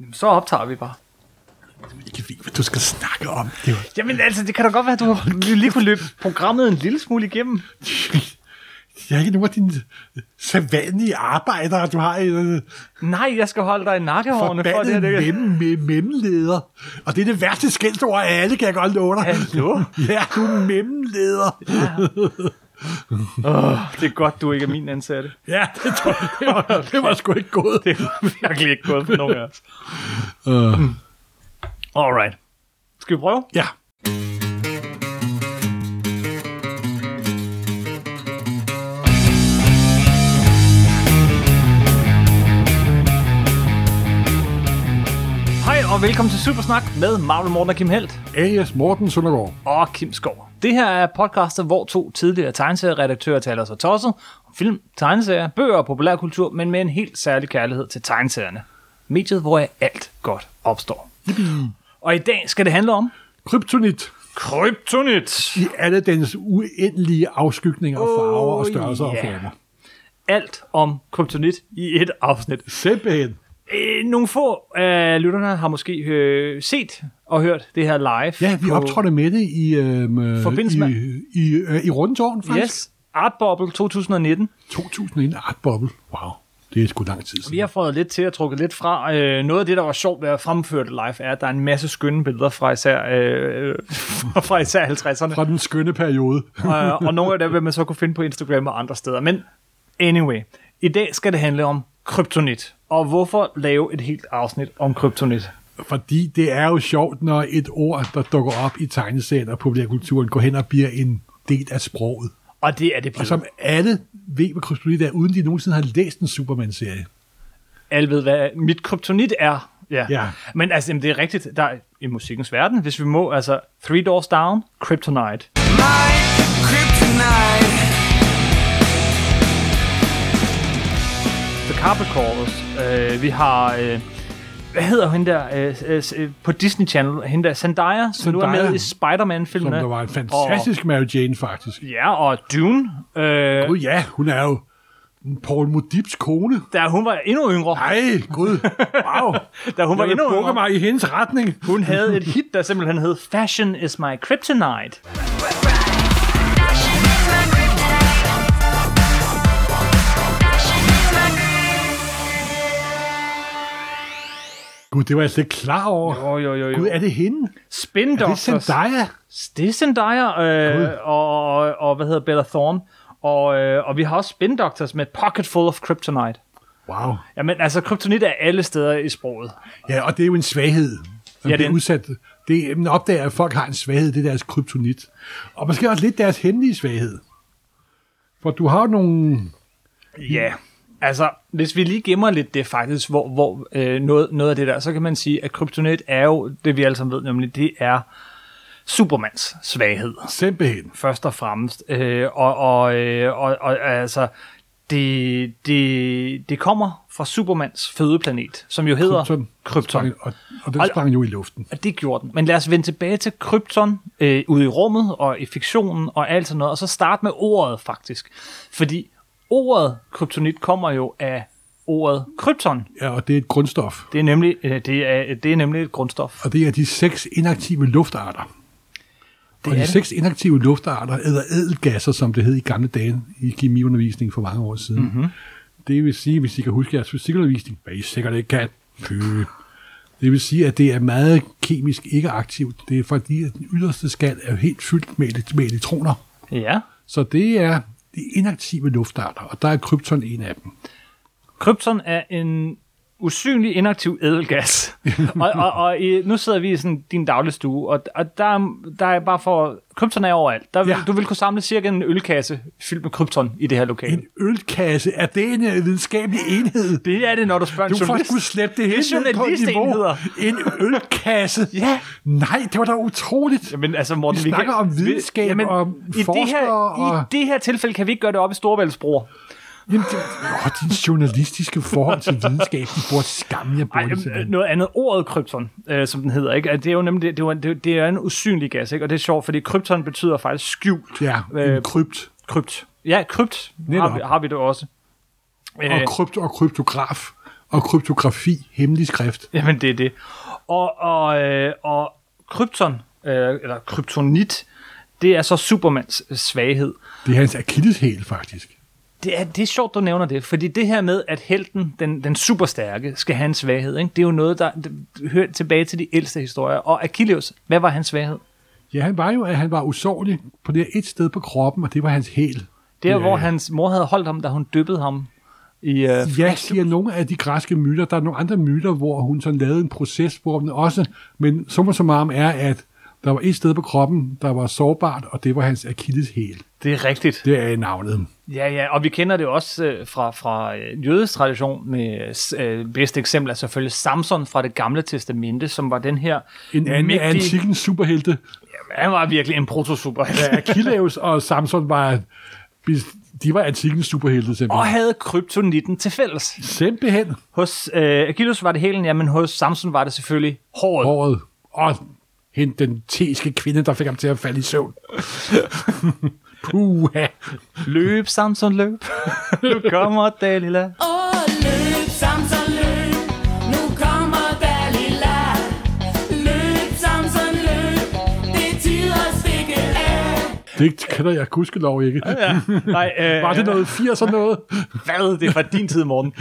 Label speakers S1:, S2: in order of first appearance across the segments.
S1: Jamen, Så optager vi bare.
S2: Ikke ved, hvad du skal snakke om. Det er jo-
S1: Jamen altså, det kan da godt være, at du lige kunne løbe programmet en lille smule igennem.
S2: Jeg er ikke nogen af dine savandige arbejdere, du har i øh,
S1: Nej, jeg skal holde dig i nakkehårene for det her.
S2: forbandet
S1: Det
S2: mem, mem, memleder. Og det er det værste skældsord af alle, kan jeg godt love dig.
S1: Hallo?
S2: Ja, du er memleder.
S1: Det er godt, du ikke er min ansatte.
S2: Ja, det, tror jeg, det, var, det var sgu ikke godt.
S1: Det er virkelig ikke godt for nogen af os.
S2: Uh,
S1: Alright. Skal vi prøve?
S2: ja.
S1: Hej og velkommen til Supersnak med Marvel Morten og Kim Helt.
S2: A.S. Morten Søndergaard.
S1: og Kim Skov. Det her er podcaster, hvor to tidligere tegneserieredaktører taler sig tosset om film, tegneserier, bøger og populærkultur, men med en helt særlig kærlighed til tegneserierne. Mediet, hvor alt godt opstår. Og i dag skal det handle om
S2: Kryptonit
S1: kryptonit.
S2: i alle dens uendelige afskygninger,
S1: Oh,
S2: farver og størrelser
S1: ja.
S2: og former.
S1: Alt om kryptonit i et afsnit.
S2: Simpelthen.
S1: Øh, Nogle få af lytterne har måske øh, set og hørt det her live.
S2: Ja, vi
S1: på-
S2: optrådte med det i, øhm,
S1: Forbindelse
S2: i,
S1: med-
S2: i, øh, i Rundetårn, faktisk.
S1: Yes, Art Bubble 2019.
S2: 2001 Art Bubble. Wow, det er sgu lang tid siden.
S1: Vi har fået lidt til at trukke lidt fra. Øh, noget af det, der var sjovt ved at fremføre det live, er, at der er en masse skønne billeder fra især, øh, fra især 50'erne.
S2: Fra den skønne periode.
S1: og, og nogle af dem vil man så kunne finde på Instagram og andre steder. Men anyway, i dag skal det handle om kryptonit. Og hvorfor lave et helt afsnit om kryptonit?
S2: Fordi det er jo sjovt, når et ord, der dukker op i tegneserien og populærkulturen, går hen og bliver en del af sproget.
S1: Og det er det
S2: Og
S1: blevet.
S2: som alle ved med kryptonit er, uden de nogensinde har læst en Superman-serie.
S1: alle ved, hvad mit kryptonit er. Ja.
S2: Ja.
S1: Men altså, jamen, det er rigtigt, der er i musikkens verden, hvis vi må, altså Three Doors Down, Kryptonite.
S3: My kryptonite.
S1: The Carpet Chorus. Øh, vi har... Øh, hvad hedder hun der øh, øh, øh, på Disney Channel? Hende der, Zendaya, som nu er
S2: Zendaya.
S1: med i Spider-Man-filmen.
S2: Som der var en fantastisk Mary Jane, faktisk.
S1: Og, ja, og Dune. Øh,
S2: Gud ja, hun er jo Paul Modips kone.
S1: da hun var endnu yngre.
S2: Nej, gud. Wow.
S1: Da hun var
S2: Jeg vil
S1: endnu
S2: bukke
S1: yngre.
S2: mig i hendes retning.
S1: Hun havde et hit, der simpelthen hed Fashion is my kryptonite.
S2: Gud, det var jeg slet ikke klar over.
S1: Jo, jo, jo, jo.
S2: Gud, er det hende?
S1: Spin
S2: Er det
S1: Doctors.
S2: Zendaya?
S1: Det er Zendaya, øh, og, og, og, hvad hedder Bella Thorne. Og, øh, og vi har også Spin Doctors med Pocket Full of Kryptonite.
S2: Wow.
S1: Jamen, altså, kryptonit er alle steder i sproget.
S2: Ja, og det er jo en svaghed.
S1: Ja,
S2: Ja, det
S1: det
S2: er
S1: er-
S2: udsat. Det, man opdager, at folk har en svaghed, det er deres kryptonit. Og måske også lidt deres hemmelige svaghed. For du har jo nogle...
S1: Ja, yeah. altså hvis vi lige gemmer lidt det faktisk, hvor, hvor øh, noget, noget af det der, så kan man sige, at kryptonit er jo det, vi alle sammen ved, nemlig det er Supermans svaghed,
S2: Simpelthen.
S1: først og fremmest. Øh, og, og, øh, og, og altså, det, det, det kommer fra Supermans fødeplanet, som jo hedder Krypton. Krypton.
S2: Og, og den
S1: Og-
S2: sprang jo i luften.
S1: Og det gjorde den. Men lad os vende tilbage til krypton øh, ude i rummet og i fiktionen og alt sådan noget, og så starte med ordet faktisk. Fordi ordet kryptonit kommer jo af ordet krypton.
S2: Ja, og det er et grundstof.
S1: Det er nemlig, øh, det er, det er nemlig et grundstof.
S2: Og det er de seks inaktive luftarter.
S1: Det
S2: og
S1: er
S2: de
S1: det.
S2: seks inaktive luftarter æder ædelgasser, som det hed i gamle dage i kemiundervisningen for mange år siden.
S1: Mhm.
S2: Mm-hmm. Det vil sige, hvis I kan huske jeres fysikundervisning, hvad I sikkert ikke kan, pø. Det vil sige, at det er meget kemisk ikke aktivt. Det er fordi, at den yderste skal er helt fyldt med, elekt- med elektroner.
S1: Ja.
S2: Så det er de inaktive luftarter, og der er krypton en af dem.
S1: Krypton er en usynlig inaktiv ædelgas. og, og, og i, nu sidder vi i sådan din dagligstue, og, og der, er- der er bare for... Krypton er overalt. Der,
S2: Ja.
S1: ja. Du vil kunne samle cirka en ølkasse fyldt med krypton i det her lokale.
S2: En ølkasse, er det en øh, videnskabelig enhed?
S1: Det er det, når du spørger en
S2: Du får
S1: journalist.
S2: skulle slæbe det hele
S1: Det er
S2: ned på et niveau.
S1: journalistenheder.
S2: En ølkasse.
S1: Ja.
S2: Nej, det var da utroligt.
S1: Jamen, altså, Morten,
S2: Vi
S1: kan-
S2: snakker om
S1: vi-
S2: videnskab og om
S1: i det, her,
S2: forskere og-
S1: I det her tilfælde kan vi ikke gøre det op i Storebæltsbro.
S2: Jamen, det, åh, din journalistiske forhold til videnskab, de burde skamme jer
S1: Ej,
S2: burde
S1: øhm,
S2: simpelthen.
S1: noget andet. Ordet krypton, øh, som den hedder, ikke? At det er jo nemlig det, det, var, det, det er en usynlig gas, ikke? og det er sjovt, fordi krypton betyder faktisk skjult.
S2: Ja, en
S1: Øh,
S2: krypt.
S1: krypt. Ja, krypt har
S2: Netop.
S1: vi, har vi det også. Øh,
S2: Og krypt og kryptograf og kryptografi, hemmelig skrift.
S1: Jamen, det er det. Og, og, øh, og krypton, øh, eller kryptonit, det er så Supermans svaghed.
S2: Det er hans akilleshæl, faktisk.
S1: Det er, det er sjovt, du nævner det, fordi det her med, at helten, den, den superstærke, skal have en svaghed, ikke? det er jo noget, der det hører tilbage til de ældste historier. Og Achilles, hvad var hans svaghed?
S2: Ja, han var jo, at han var usårlig på det her et sted på kroppen, og det var hans hæl.
S1: Det er,
S2: Ja.
S1: hvor hans mor havde holdt ham, da hun dyppede ham i... Øh,
S2: Ja, siger nogle af de græske myter. Der er nogle andre myter, hvor hun sådan lavede en proces, hvor den også, men summa summarum er, at der var et sted på kroppen, der var sårbart, og det var hans akilleshæl.
S1: det er rigtigt.
S2: Det er navnet.
S1: Ja, ja, og vi kender det også øh, fra, fra øh, jødisk tradition med øh, bedste eksempel er selvfølgelig Samson fra det gamle testamente, som var den her
S2: En anden Mægtig. af antikkens superhelte.
S1: Han var virkelig en protosuper.
S2: Ja, Achilles og Samson var, de var antikkens superhelte
S1: og
S2: simpelthen.
S1: havde kryptonitten til fælles.
S2: Simpelthen
S1: Hos øh, Achilles var det hælen, ja, men hos Samson var det selvfølgelig håret. Hår.
S2: håret. Og hente den teske kvinde, der fik ham til at falde i søvn. Puha.
S1: Løb, Samson, løb. nu kommer Dalila.
S4: Åh, løb, Samson, løb. Nu kommer Dalila. Løb, Samson, løb. Det er tid at stikke af.
S2: Det kender jeg gudskelov ikke.
S1: Nej, øh,
S2: Var det noget 80'er noget?
S1: Hvad? Det var din tid, morgen.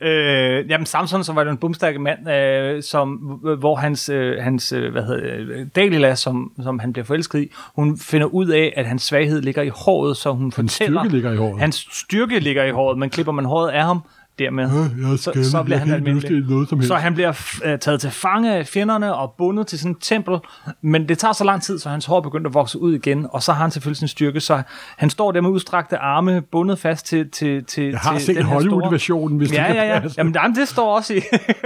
S1: øh, jamen, Samson, så var det en bumstærke mand, øh, som, hvor hans, øh, hans øh, hvad hedder, øh, Dalila, som, som han bliver forelsket i, hun finder ud af, at hans svaghed ligger i håret, så hun
S2: Hans
S1: fortæller...
S2: styrke ligger i håret.
S1: Hans styrke ligger i håret, men klipper man håret af ham, dermed,
S2: jeg
S1: så,
S2: skal-
S1: så
S2: jeg
S1: bliver han
S2: kan ikke
S1: almindelig.
S2: løfte noget som helst.
S1: Så han bliver f- øh, taget til fange af fjenderne og bundet til sådan et tempel, men det tager så lang tid, så hans hår begynder at vokse ud igen, og så har han selvfølgelig sin styrke, så han står der med udstrakte arme, bundet fast til, til, til,
S2: Jeg har
S1: til
S2: set
S1: den her store-
S2: Hollywood-versionen, hvis
S1: Ja,
S2: det
S1: ja, ja.
S2: passe.
S1: Jamen, jamen, det står også i.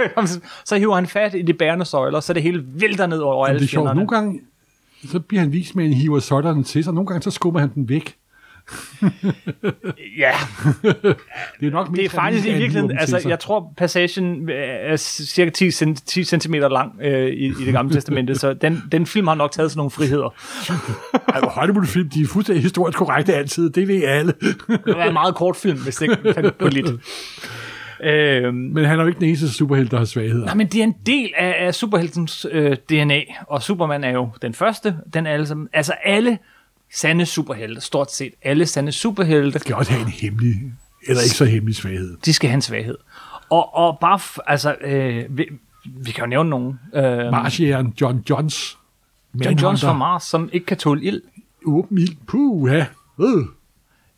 S1: så hiver han fat i de bærende søjler, så det hele vælter ned over
S2: Men
S1: alle
S2: det er sjovt.
S1: fjenderne.
S2: Nogle gange, så bliver han vist med, at han hiver solderen til sig. Nogle gange, så skubber han den væk.
S1: Ja,
S2: Det er nok mest,
S1: det er faktisk i
S2: at han hiver
S1: virkeligheden,
S2: dem til
S1: altså
S2: sig.
S1: jeg tror passagen øh, er cirka 10, cent- 10 cm lang øh, i, i det gamle testamente, så den, den film har nok taget sådan nogle friheder.
S2: Ej, Hollywood-film, de er fuldstændig historisk korrekte altid. Det ved alle.
S1: Det var en meget kort film, hvis det ikke kan på lidt. Øhm,
S2: Men han er jo ikke den eneste superhelt, der har svagheder.
S1: nej, men det er en del af, af superheltens øh, DNA, og Superman er jo den første. Den er altså, altså alle sande superhelte, stort set alle sande superhelte,
S2: De kan også have en hemmelig, eller ikke så hemmelig svaghed.
S1: de skal have en svaghed. Og, og bare, f- altså, øh, vi, vi kan jo nævne nogen. Øh,
S2: Marsjæren John Johns.
S1: John
S2: Manhunter.
S1: Jones fra Mars, som ikke kan tåle ild.
S2: Åben ild. Puha. Øh,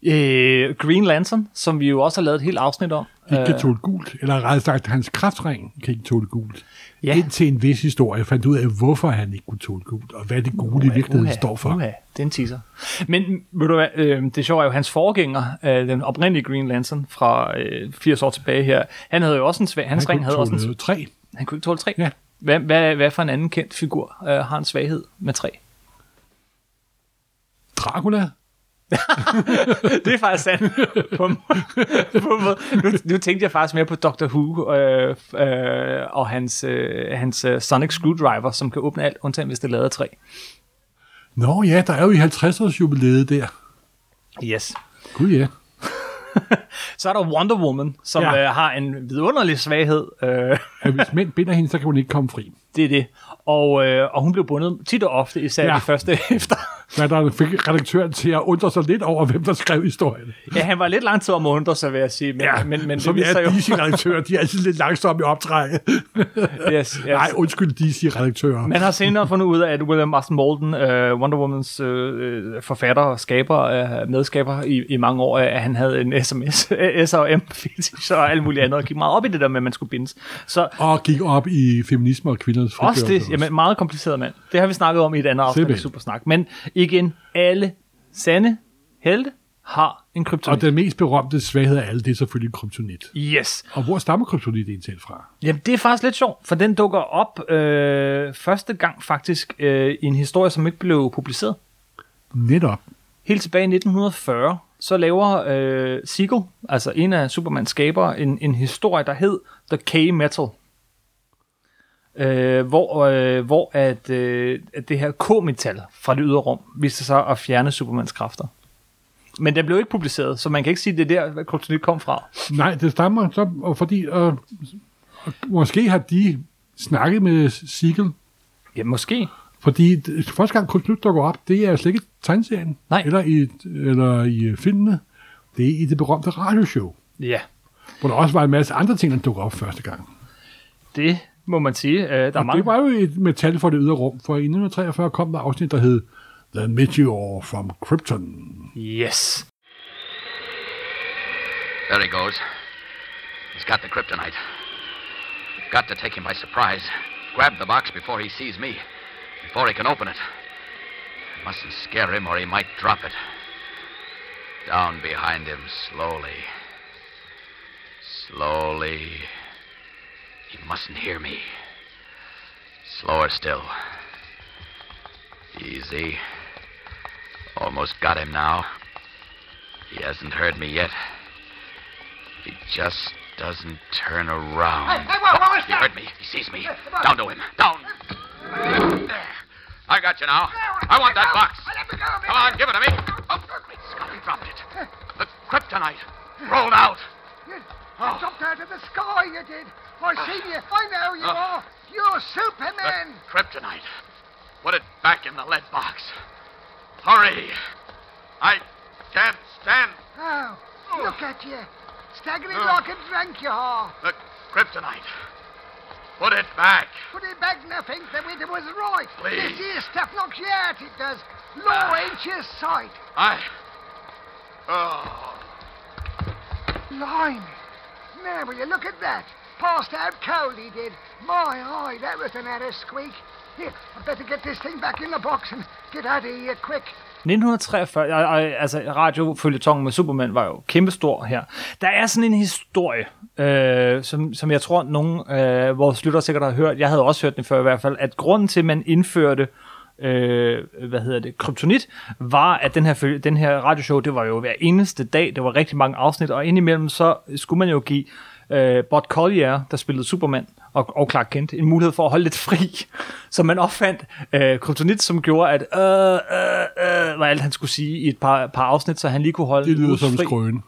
S1: Øh, Green Lantern, som vi jo også har lavet et helt afsnit om. Øh,
S2: ikke kan tåle gult. Eller rettere sagt, hans kraftring kan ikke tåle gult.
S1: Ja.
S2: Ja. Indtil en vis historie fandt ud af, hvorfor han ikke kunne tåle gult, og hvad det gule i virkeligheden står for.
S1: Uha, det er en teaser. Men m, ved du hvad, øh, det sjove er jo, hans forgænger, øh, den oprindelige Green Lantern fra øh, 80 år tilbage her, han havde jo også en svag, hans
S2: Han
S1: ring havde også en
S2: kunne tåle tre.
S1: Han kunne ikke tåle træ.
S2: Ja.
S1: Hvad, hvad, hvad for en anden kendt figur øh, har en svaghed med træ?
S2: Dracula?
S1: Det er faktisk sandt. på, en måde- på, en måde. nu, nu tænkte jeg faktisk mere på Doctor Who øh, øh, og hans, øh, hans øh, Sonic Screwdriver, som kan åbne alt, undtagen hvis det lader træ.
S2: Nå ja, der er jo i 50-års jubilæet der.
S1: Yes.
S2: Gud ja.
S1: Så er der Wonder Woman, som ja.
S2: Ja.
S1: øh, har en vidunderlig svaghed. Øh,
S2: At hvis mænd binder hende, så kan hun ikke komme fri.
S1: det er det. Og, øh, og hun blev bundet tit og ofte, især ja.
S2: Ja.
S1: det første efter.
S2: Hvad der fik redaktøren til at undre sig lidt over, hvem der skrev historien.
S1: Ja, han var lidt lang tid om at undre sig, vil jeg sige. Men, ja, men, men
S2: som
S1: det viser
S2: er
S1: jo...
S2: DC-redaktører, de er altid lidt langsomme i optrækket.
S1: Yes, yes.
S2: Nej, oh. undskyld DC-redaktører.
S1: Man har senere fundet ud af, at William Marston Bolton, øh, Wonder Womans øh, øh, forfatter og skaber, øh, medskaber i, i mange år, at han havde en sms, S&M fetish og alt muligt andet, og gik meget op i det der med, at man skulle bindes. Så
S2: Og gik op i feminisme og kvinders
S1: også
S2: frigørelse.
S1: det, jamen, meget kompliceret mand. Det har vi snakket om i et andet afsnit af
S2: Simpelthen.
S1: Supersnak. Men igen, alle sande helte har en
S2: Og
S1: kryptonit.
S2: den mest berømte svaghed af alle, det er selvfølgelig kryptonit.
S1: Yes.
S2: Og hvor stammer kryptonit egentlig fra?
S1: Jamen, det er faktisk lidt sjovt, for den dukker op øh, første gang faktisk øh, i en historie, som ikke blev publiceret.
S2: Netop.
S1: Helt tilbage i 1940, så laver øh, Siegel, altså en af Supermans skabere, en, en historie, der hed The K-Metal. Øh, hvor, øh, hvor at, øh, at det her K-metal fra det ydre rum viste sig at fjerne Supermans kræfter. Men den blev ikke publiceret, så man kan ikke sige, at det er der, Kryptonit kom fra.
S2: Nej, det stammer så, og fordi, og, og måske har de snakket med Siegel,
S1: Ja, måske.
S2: fordi det- første gang Kryptonit dukker op, det er slet ikke i tegneserien,
S1: Nej.
S2: eller i, eller i øh, filmene, det er i det berømte radioshow,
S1: Ja,
S2: hvor der også var en masse andre ting, der dukker op første gang.
S1: det må man sige. Øh, der er
S2: Og
S1: mange.
S2: det var jo et metal for det ydre rum, for i 1943 kom der afsnit, der hed The Meteor from Krypton.
S1: Yes.
S5: There he goes. He's got the kryptonite. Got to take him by surprise. Grab the box before he sees me. Before he can open it. I mustn't scare him or he might drop it. Down behind him slowly. Slowly. He mustn't hear me. Slower still. Easy. Almost got him now. He hasn't heard me yet. He just doesn't turn around.
S6: Hey, hey, whoa, whoa,
S5: Oh, he
S6: stop.
S5: heard me. He sees me.
S6: Hey, come on.
S5: Down to him. Down. There. I got you now. I want that box. Come on, give it to me. Oh, great Scott, he dropped it. The kryptonite rolled out.
S6: You
S5: Oh.
S6: jumped out of the sky, you did. I seen you. I know you
S5: Oh.
S6: are. You're
S5: The
S6: Superman.
S5: kryptonite. Put it back in the lead box. Hurry. I can't stand
S6: Oh, look at you. Staggering
S5: Oh.
S6: like a drunk you are.
S5: the kryptonite. Put it back.
S6: Put it back nothing. The widow was right.
S5: Please.
S6: This here stuff knocks you out, it does. Law
S5: Ah.
S6: ain't your sight.
S5: I. Oh.
S6: Blimey. Now, will you look at that? Passed out cold, he did. My eye, that was an arrow squeak. Here, I better get this thing back in the box and get out of here quick.
S1: 1943, og, og, altså radiofølgetongen med Superman var jo kæmpestor her. Der er sådan en historie, øh, som, som jeg tror, nogen øh, vores lyttere sikkert har hørt. Jeg havde også hørt den før i hvert fald, at grunden til, at man indførte øh, hvad hedder det, kryptonit, var, at den her, følge- den her radioshow, det var jo hver eneste dag, det var rigtig mange afsnit, og indimellem så skulle man jo give øh, Bot Collier, der spillede Superman, og, og Clark Kent, en mulighed for at holde lidt fri. Så man opfandt øh, kryptonit, som gjorde, at øh, øh, øh, var alt, han skulle sige i et par, par afsnit, så han lige kunne holde
S2: Det lyder
S1: Bruce
S2: som en
S1: fri.
S2: skrøne.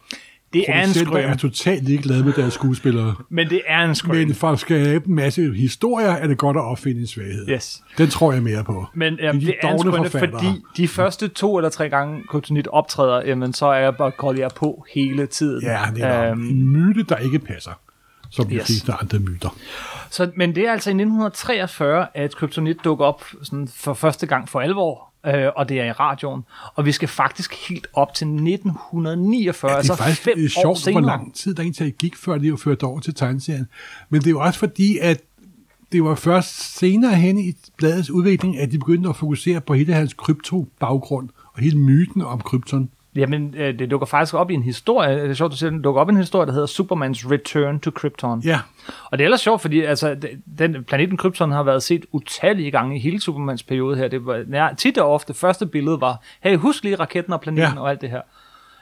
S1: Det er en
S2: Producenter er
S1: skrøn,
S2: totalt ligeglade med deres skuespillere.
S1: men det er en skrøn.
S2: Men for at skabe en masse historier, er det godt at opfinde en svaghed.
S1: Yes.
S2: Den tror jeg mere på.
S1: Men
S2: End
S1: jamen,
S2: de
S1: det er
S2: dovne
S1: anskuende,
S2: forfattere.
S1: fordi de første to eller tre gange kryptonit optræder, jamen, så er jeg bare Collier på hele tiden.
S2: Ja, det er øhm, en myte, der ikke passer, som de
S1: Yes.
S2: fleste andre myter.
S1: så, men det er altså i 1943, at kryptonit dukker op sådan for første gang for alvor, øh, og det er i radioen. Og vi skal faktisk helt op til 1949,
S2: Det er
S1: altså
S2: faktisk
S1: fem
S2: øh,
S1: år
S2: sjovt, hvor
S1: senere.
S2: lang tid der egentlig gik, før det var ført over til tegneserien. Men det er jo også fordi, at det var først senere hen i bladets udvikling, at de begyndte at fokusere på hele hans krypto-baggrund og hele myten om krypton.
S1: Jamen, øh, det dukker faktisk op i en historie. Det er sjovt, du siger, den dukker op i en historie, der hedder Supermans Return to Krypton.
S2: Ja,
S1: Og det er ellers sjovt, fordi altså, d- den planeten Krypton har været set utallige gange i hele Supermans periode her. Det var ja, tit og ofte, første billede var, hey, husk lige raketten og planeten ja.
S2: Ja.
S1: og alt det her.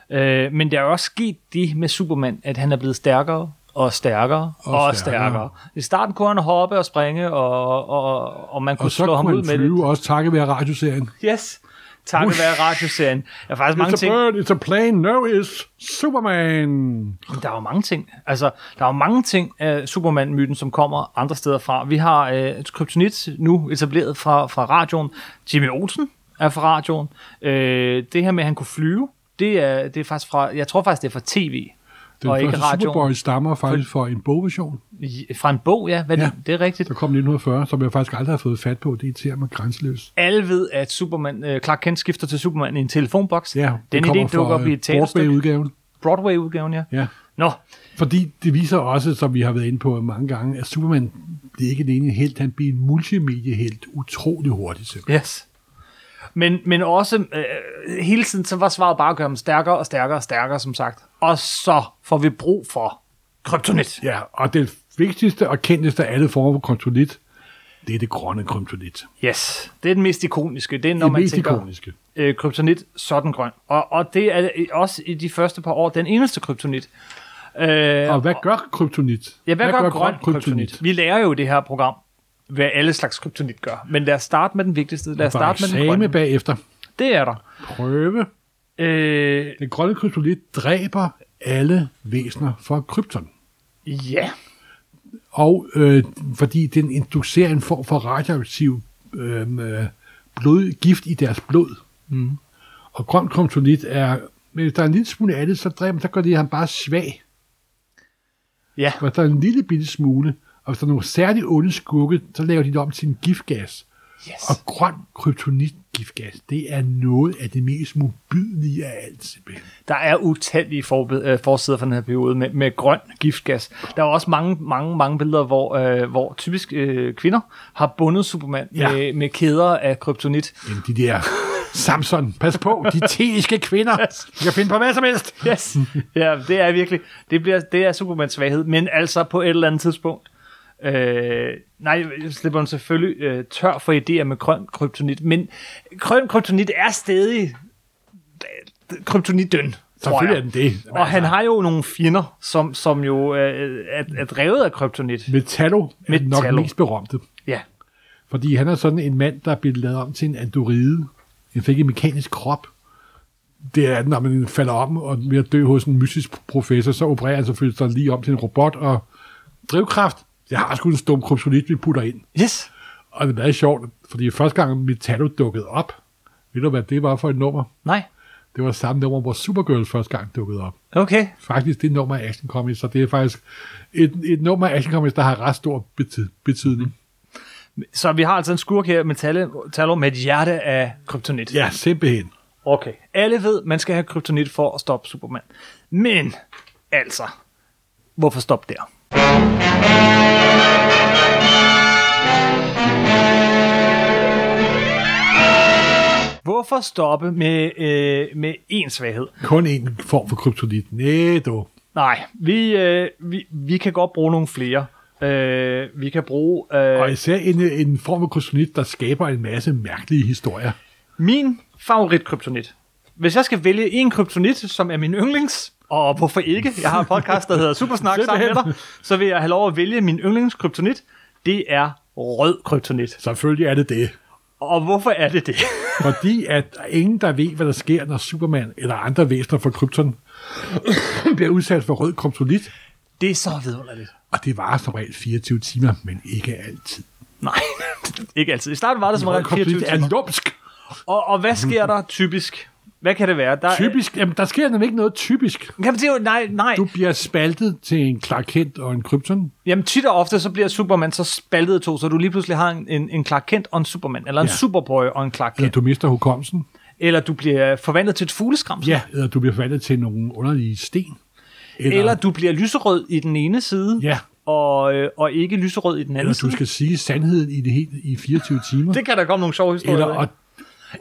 S1: Øh, men der er jo også sket det med Superman, at han er blevet stærkere og stærkere og,
S2: Og
S1: og stærkere.
S2: stærkere.
S1: stærkere. I starten kunne han hoppe og springe, og, og, og man kunne
S2: og så
S1: slå ham
S2: kunne
S1: ud
S2: han
S1: med det.
S2: flyve også takket være radioserien.
S1: Yes, takket være radioserien. Der er faktisk mange
S2: It's a
S1: ting.
S2: bird, it's a plane, no, it's Superman.
S1: Der er jo mange ting. Altså, der er jo mange ting af Superman-myten, som kommer andre steder fra. Vi har øh, Kryptonit nu etableret fra, fra radioen. Jimmy Olsen er fra radioen. Øh, det her med, at han kunne flyve, det er, det er faktisk fra, jeg tror faktisk, det er fra tv.
S2: Den
S1: og ikke
S2: første
S1: radioen.
S2: Superboy stammer faktisk fra en bogversion,
S1: I- Fra en bog, ja. Hvad, ja.
S2: Ja.
S1: Det, det er rigtigt.
S2: der kom i 1940, som jeg faktisk aldrig har fået fat på. Det irriterer mig grænseløst.
S1: Alle ved, at Superman, øh, Clark Kent skifter til Superman i en telefonboks.
S2: Ja,
S1: Den idé dukker op i et teaterstykke.
S2: øh, udgaven
S1: Broadway-udgaven, ja.
S2: Ja.
S1: Nå,
S2: Fordi det viser også, som vi har været inde på mange gange, at Superman det er ikke den ene helt, han bliver en multimediehelt utrolig hurtigt. simpelthen.
S1: Yes. Men, men også øh, hele tiden, så var svaret bare at gøre dem stærkere og stærkere og stærkere, som sagt. Og så får vi brug for kryptonit.
S2: Ja, og den vigtigste og kendteste af alle former for kryptonit, det er det grønne kryptonit.
S1: Yes. Det er den mest ikoniske. Det er, når
S2: Det
S1: man
S2: mest
S1: tænker,
S2: ikoniske.
S1: Øh, kryptonit, sådan grøn. Og, og det er øh, også i de første par år den eneste kryptonit. Øh,
S2: Og hvad gør kryptonit?
S1: ja, hvad, gør grøn kryptonit? Vi lærer jo i det her program, hvad alle slags kryptonit gør. Men lad os starte med den vigtigste. Lad os
S2: Der er
S1: starte med den
S2: eksamen
S1: grønne.
S2: bagefter.
S1: Det er der.
S2: Prøve.
S1: Øh,
S2: Den grønne kryptolit dræber alle væsener fra krypton.
S1: ja.
S2: Og øh, fordi den inducerer en form for radioaktiv øh, øh, blodgift i deres blod. Mm. Og grøn kryptonit er... Men hvis der er en lille smule af det, så dræber der gør det ham bare svag.
S1: Ja.
S2: Og der er en lille bitte smule, og hvis der er nogle særligt onde skurke, så laver de det om til en giftgas.
S1: Yes.
S2: Og grøn kryptonitgiftgas, det er noget af det mest modbydelige af alt simpelthen.
S1: Der er utallige forbed, øh, forsider fra den her periode med, med grøn giftgas. Der er også mange, mange, mange billeder, hvor, øh, hvor typisk øh, kvinder har bundet Superman ja.
S2: Ja.
S1: med, med kæder af kryptonit.
S2: Men de der Samson, pas på, de teiske kvinder, de kan finde på hvad som helst.
S1: Yes. ja, det er virkelig, det, bliver, det er Supermans svaghed, men altså på et eller andet tidspunkt. Øh, nej, jeg slipper den selvfølgelig øh, tør for idéer med grøn kryptonit, men grøn kryptonit er stadig øh, kryptonitdøn. tror jeg.
S2: Selvfølgelig er den det.
S1: Og han har jo nogle fjender, som, som jo øh, er, er drevet af kryptonit.
S2: Metallo er Metallo. nok
S1: Metallo.
S2: den mest berømte,
S1: Ja.
S2: fordi han er sådan en mand, der er blevet lavet om til en andoride. Han fik en mekanisk krop. Det er, når man falder om og er ved at dø hos en mystisk professor, så opererer han selvfølgelig sig lige om til en robot og drivkraft. Jeg har sgu en stum kryptonit, vi putter ind.
S1: Yes.
S2: Og det er meget sjovt, fordi første gang Metallo dukkede op, ved du hvad det var for et nummer?
S1: Nej.
S2: Det var samme nummer, hvor Supergirl første gang dukkede op.
S1: Okay.
S2: Faktisk det nummer af Action Comics, så det er faktisk et, et nummer af Action Comics, der har ret stor bety- betydning.
S1: Så vi har altså en skurk her, Metallo, Metallo med et hjerte af kryptonit.
S2: Ja, simpelthen.
S1: Okay. Alle ved, man skal have kryptonit for at stoppe Superman. Men, altså, hvorfor stoppe der? Hvorfor stoppe med, øh, med én svaghed?
S2: Kun en form for kryptonit. Næh, dog.
S1: Nej, vi, øh, vi, vi kan godt bruge nogle flere. Øh, vi kan bruge...
S2: Og
S1: Øh,
S2: især en, en form for kryptonit, der skaber en masse mærkelige historier.
S1: min favorit kryptonit. Hvis jeg skal vælge en kryptonit, som er min yndlings, og hvorfor ikke? Jeg har en podcast, der hedder Supersnak sammen med dig. Så vil jeg have lov at vælge min yndlings kryptonit. Det er rød kryptonit.
S2: Selvfølgelig er det det.
S1: Og hvorfor er det det?
S2: Fordi at ingen, der ved, hvad der sker, når Superman eller andre væsener fra krypton bliver udsat for rød kryptonit.
S1: Det er så vidunderligt.
S2: Og det varer som regel 24 timer, men ikke altid.
S1: Nej, ikke altid. I starten var det som
S2: Rød
S1: regel 24
S2: kryptonit er
S1: timer.
S2: lumsk.
S1: Og, og hvad sker der typisk? Hvad kan det være? Der,
S2: Typisk, jamen, der sker nemlig ikke noget typisk.
S1: Jamen, det er jo, nej, nej.
S2: Du bliver spaltet til en Clark Kent og en Krypton.
S1: Jamen tit og ofte, så bliver Superman så spaltet i to, så du lige pludselig har en, en, en Clark Kent og en Superman, eller en ja.
S2: Ja.
S1: Superboy og en Clark
S2: Eller
S1: Kent.
S2: du mister hukommelsen.
S1: Eller du bliver forvandlet til et fugleskram.
S2: Ja, eller du bliver forvandlet til nogle underlige sten. Eller,
S1: Eller du bliver lyserød i den ene side,
S2: Ja.
S1: og, øh, og ikke lyserød i den anden
S2: eller du
S1: side.
S2: skal sige sandheden i det hele i 24 timer.
S1: Det kan der komme nogle sjove historier.
S2: eller
S1: ud af.
S2: og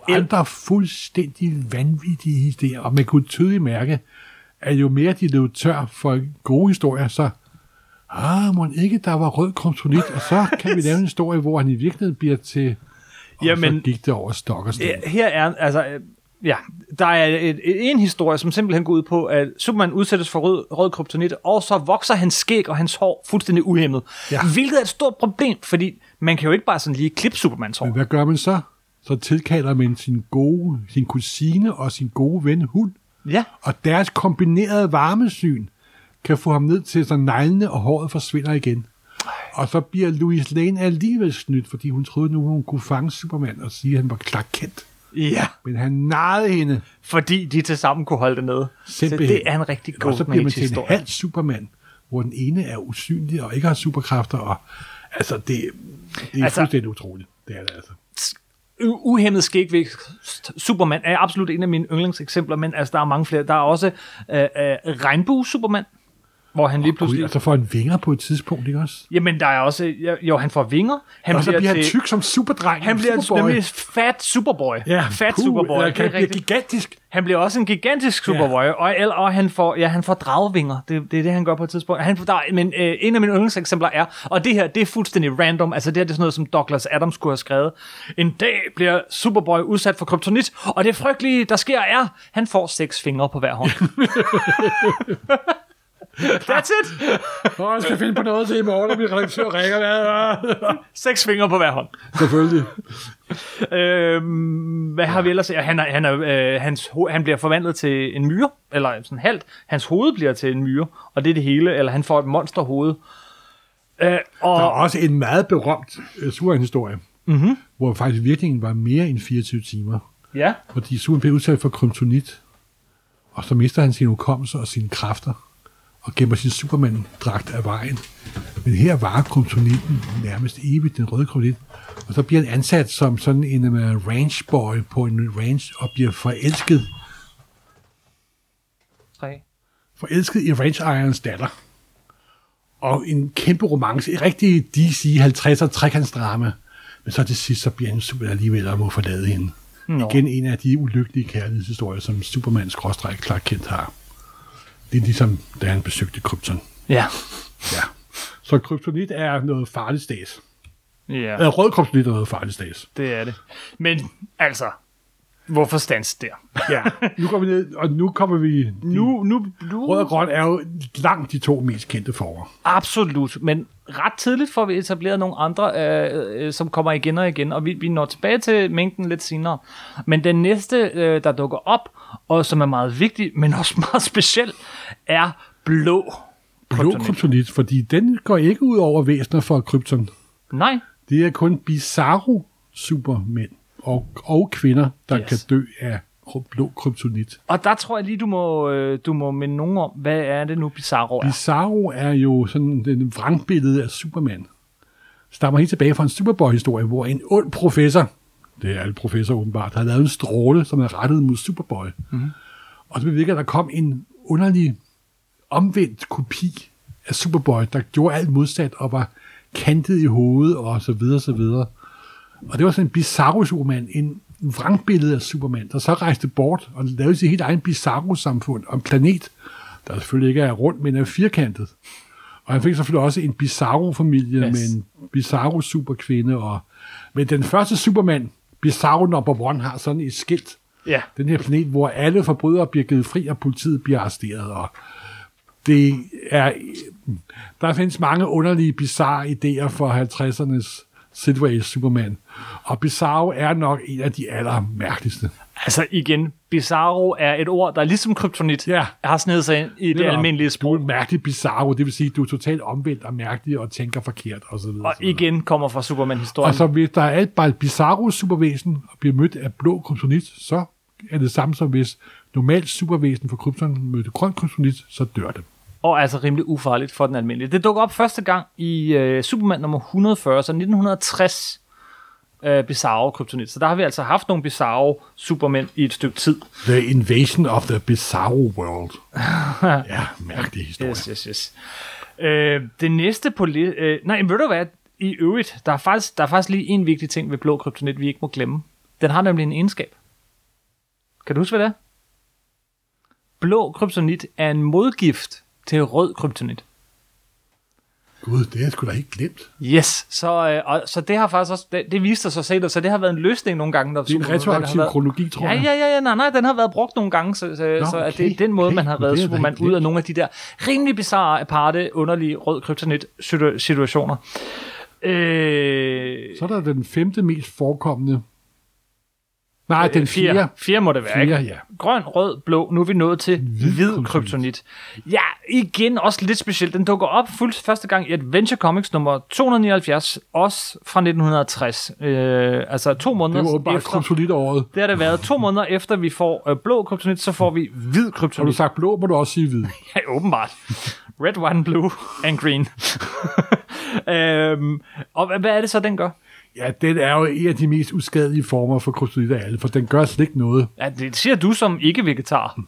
S2: andre fuldstændig vanvittige historier. Og man kunne tydeligt mærke, at jo mere de løb tør for gode historier, så ah, må ikke, der var rød kryptonit, og så kan vi lave en historie, hvor han i virkeligheden bliver til, og
S1: Jamen-
S2: så gik det over stok og sten.
S1: Ja, her er, altså, øh, ja, der er et, et, en historie, som simpelthen går ud på, at Superman udsættes for rød, rød kryptonit, og så vokser hans skæg og hans hår fuldstændig uhemmet. Ja.
S2: Ja.
S1: Hvilket er et stort problem, fordi man kan jo ikke bare sådan lige klippe Supermans hår.
S2: Men hvad gør man så? Så tilkalder man sin gode, sin kusine og sin gode ven hund,
S1: Ja.
S2: og deres kombinerede varmesyn kan få ham ned til så neglene og håret forsvinder igen. Og så bliver Louise Lane alligevel snydt, fordi hun troede nu, hun kunne fange Superman og sige, at han var Clark Kent.
S1: Ja.
S2: Men han narrede hende.
S1: fordi de til sammen kunne holde det nede.
S2: Simpelthen.
S1: Så det er en rigtig
S2: Og så
S1: god
S2: bliver man til en
S1: Mage-historie.
S2: halv Superman, hvor den ene er usynlig og ikke har superkræfter. Og, altså, det, det er
S1: Altså-
S2: altså, fuldstændig utroligt. Det er det altså.
S1: U- Uhemmet skægvækst. Superman er absolut en af mine yndlingseksempler, men altså, der er mange flere. Der er også øh, øh, Regnbue-Superman, hvor han lige
S2: Gud, altså-
S1: pludselig...
S2: og så får han vinger på et tidspunkt, ikke også?
S1: Jamen, der er også... ja, Jo, han får vinger. Han
S2: og så bliver han
S1: til-
S2: tyk som superdreng.
S1: Han bliver
S2: Superboy.
S1: nemlig fat Superboy.
S2: ja,
S1: fat
S2: puh,
S1: Superboy.
S2: Eller
S1: det er
S2: kan blive
S1: rigtigt.
S2: gigantisk.
S1: Han bliver også en gigantisk Superboy, ja. og, el- og han får, ja, han får dragvinger. Det, det er det, han gør på et tidspunkt. Han, får- der, er- men øh, en af mine yndlingseksempler er, og det her, det er fuldstændig random, altså det her det er sådan noget, som Douglas Adams kunne have skrevet. En dag bliver Superboy udsat for kryptonit, og det frygtelige, der sker, er, han får seks fingre på hver hånd. That's it.
S2: Åh, jeg skal finde på noget til i morgen, når min redaktør ringer. Hvad?
S1: Seks fingre på hver hånd.
S2: Selvfølgelig.
S1: Øhm, hvad har vi ellers? Ja, han, er, han, er, øh, hans, ho- han bliver forvandlet til en myre, eller sådan halvt. Hans hoved bliver til en myre, og det er det hele. Eller han får et monsterhoved. Øh,
S2: Der
S1: og
S2: er også en meget berømt øh, Suran-historie, mm-hmm.
S1: Mhm.
S2: hvor faktisk virkningen var mere end 24 timer.
S1: ja,
S2: Fordi Suran blev udsat for kryptonit, og så mister han sin hukommelse og sine kræfter, og gemmer sin Superman-dragt af vejen. Men her var kryptonitten nærmest evigt, den røde kryptonit. Og så bliver han ansat som sådan en uh, ranchboy på en ranch, og bliver forelsket,
S1: tre.
S2: forelsket i ranchejernes datter. Og en kæmpe romance, en rigtig DC 50'er trekantsdrama. Men så til sidst, så bliver han Superman alligevel og må forlade hende.
S1: Nå.
S2: Igen en af de ulykkelige kærlighedshistorier, som Superman skråstrej Clark Kent har. Det er ligesom, da han besøgte Krypton.
S1: Ja.
S2: Ja. Så kryptonit er noget farligt stas.
S1: ja,
S2: Øh, rød kryptonit er noget farligt stas.
S1: det er det. Men altså, hvorfor stands der?
S2: Ja. Nu går vi ned, og nu kommer vi...
S1: Nu, nu,
S2: Rød og
S1: nu
S2: grøn er jo langt de to mest kendte former.
S1: absolut, men ret tidligt får vi etableret nogle andre, øh, øh, som kommer igen og igen, og vi, vi når tilbage til mængden lidt senere. Men den næste, øh, der dukker op, og som er meget vigtig, men også meget speciel, er blå.
S2: Blå kryptonit, fordi den går ikke ud over væsener fra krypton.
S1: Nej,
S2: Det er kun bizarro supermænd og, og kvinder, der
S1: Yes.
S2: yes. kan dø af kry- blå kryptonit.
S1: og der tror jeg lige, du må, øh, du må minde nogen om, hvad er det nu, Bizarro er?
S2: Bizarro er jo sådan den vrangbillede af Superman. Stammer helt tilbage fra en Superboy-historie, hvor en ond professor, det er alle professor åbenbart, har lavet en stråle, som er rettet mod Superboy. Mm-hmm. Og det bevirker, at der kom en underlig omvendt kopi af Superboy, der gjorde alt modsat og var kantet i hovedet og så videre, så videre. Og det var sådan en bizarro Superman, en vrangbillede af Superman, der så rejste bort og lavede sit helt egen bizarro samfund og en planet, der selvfølgelig ikke er rundt, men er firkantet. Og han fik selvfølgelig også en bizarro familie
S1: Yes.
S2: yes. med en bizarro superkvinde. Og... Men den første Superman, bizarro number one, har sådan et skilt.
S1: Ja,
S2: Den her planet, hvor alle forbrydere bliver givet fri, og politiet bliver arresteret. Og det er, der findes mange underlige, bizarre idéer for 50'ernes Sidway Superman. Og Bizarro er nok en af de allermærkeligste.
S1: altså igen, Bizarro er et ord, der ligesom kryptonit
S2: Ja.
S1: har snedet sig ind i det
S2: Netop.
S1: almindelige
S2: Du
S1: sprog.
S2: er en mærkelig Bizarro, det vil sige, at du er totalt omvendt og mærkelig og tænker forkert osv.
S1: Og igen kommer fra Superman-historien.
S2: Og så hvis der er et, bare et bizarro supervæsen og bliver mødt af blå kryptonit, så er det samme som hvis normalt supervæsen fra krypton mødte grøn kryptonit, så dør det.
S1: og er altså rimelig ufarligt for den almindelige. Det dukker op første gang i øh, Superman nummer 140, så 1960 øh, Bizarro Kryptonit. Så der har vi altså haft nogle Bizarro Supermænd i et stykke tid.
S2: The Invasion of the Bizarro World. ja, mærkelig historie.
S1: Yes,
S2: Yes.
S1: yes, yes. Øh, det næste på li- øh, Nej, men ved du hvad? I øvrigt, der er, faktisk, der er faktisk lige en vigtig ting ved blå kryptonit, vi ikke må glemme. Den har nemlig en egenskab. Kan du huske, hvad det er? Blå kryptonit er en modgift til rød kryptonit.
S2: Gud, det er sgu da ikke glemt.
S1: Yes, så, øh, og, så det har faktisk også, det, det viste sig så set, så det har været en løsning nogle gange. Der
S2: Det er en retroaktiv kronologi, tror
S1: Ja,
S2: jeg.
S1: ja, ja, ja, nej, nej, den har været brugt nogle gange, så, så, Nå, så at det er
S2: okay,
S1: den måde,
S2: okay,
S1: man har
S2: men
S1: reddet
S2: det er da
S1: Superman
S2: helt
S1: ud af
S2: vildt.
S1: nogle af de der rimelig bizarre, aparte, underlige rød kryptonit situ- situationer. Øh,
S2: Så er der den femte mest forekommende. Nej, den fjerde.
S1: Fire. Fire må det være,
S2: Fire,
S1: ikke?
S2: ja.
S1: Grøn, rød, blå. Nu er vi nået til hvid, hvid
S2: kryptonit.
S1: kryptonit. Ja, igen også lidt specielt. Den dukker op fuldt første gang i Adventure Comics nummer 279, også fra 1960. Øh, altså to måneder
S2: Det var åbenbart
S1: efter.
S2: kryptonitåret.
S1: Det har det været. To måneder efter vi får øh, blå kryptonit, så får vi hvid
S2: Har du
S1: kryptonit.
S2: sagt blå, må du også sige hvid.
S1: Ja, åbenbart. Red, white, and blue and green. øhm, og hvad- hvad er det så, den gør?
S2: Ja, den er jo en af de mest uskadelige former for kryptonit af alle, for den gør slet ikke noget.
S1: Ja, det siger du som ikke-vegetar.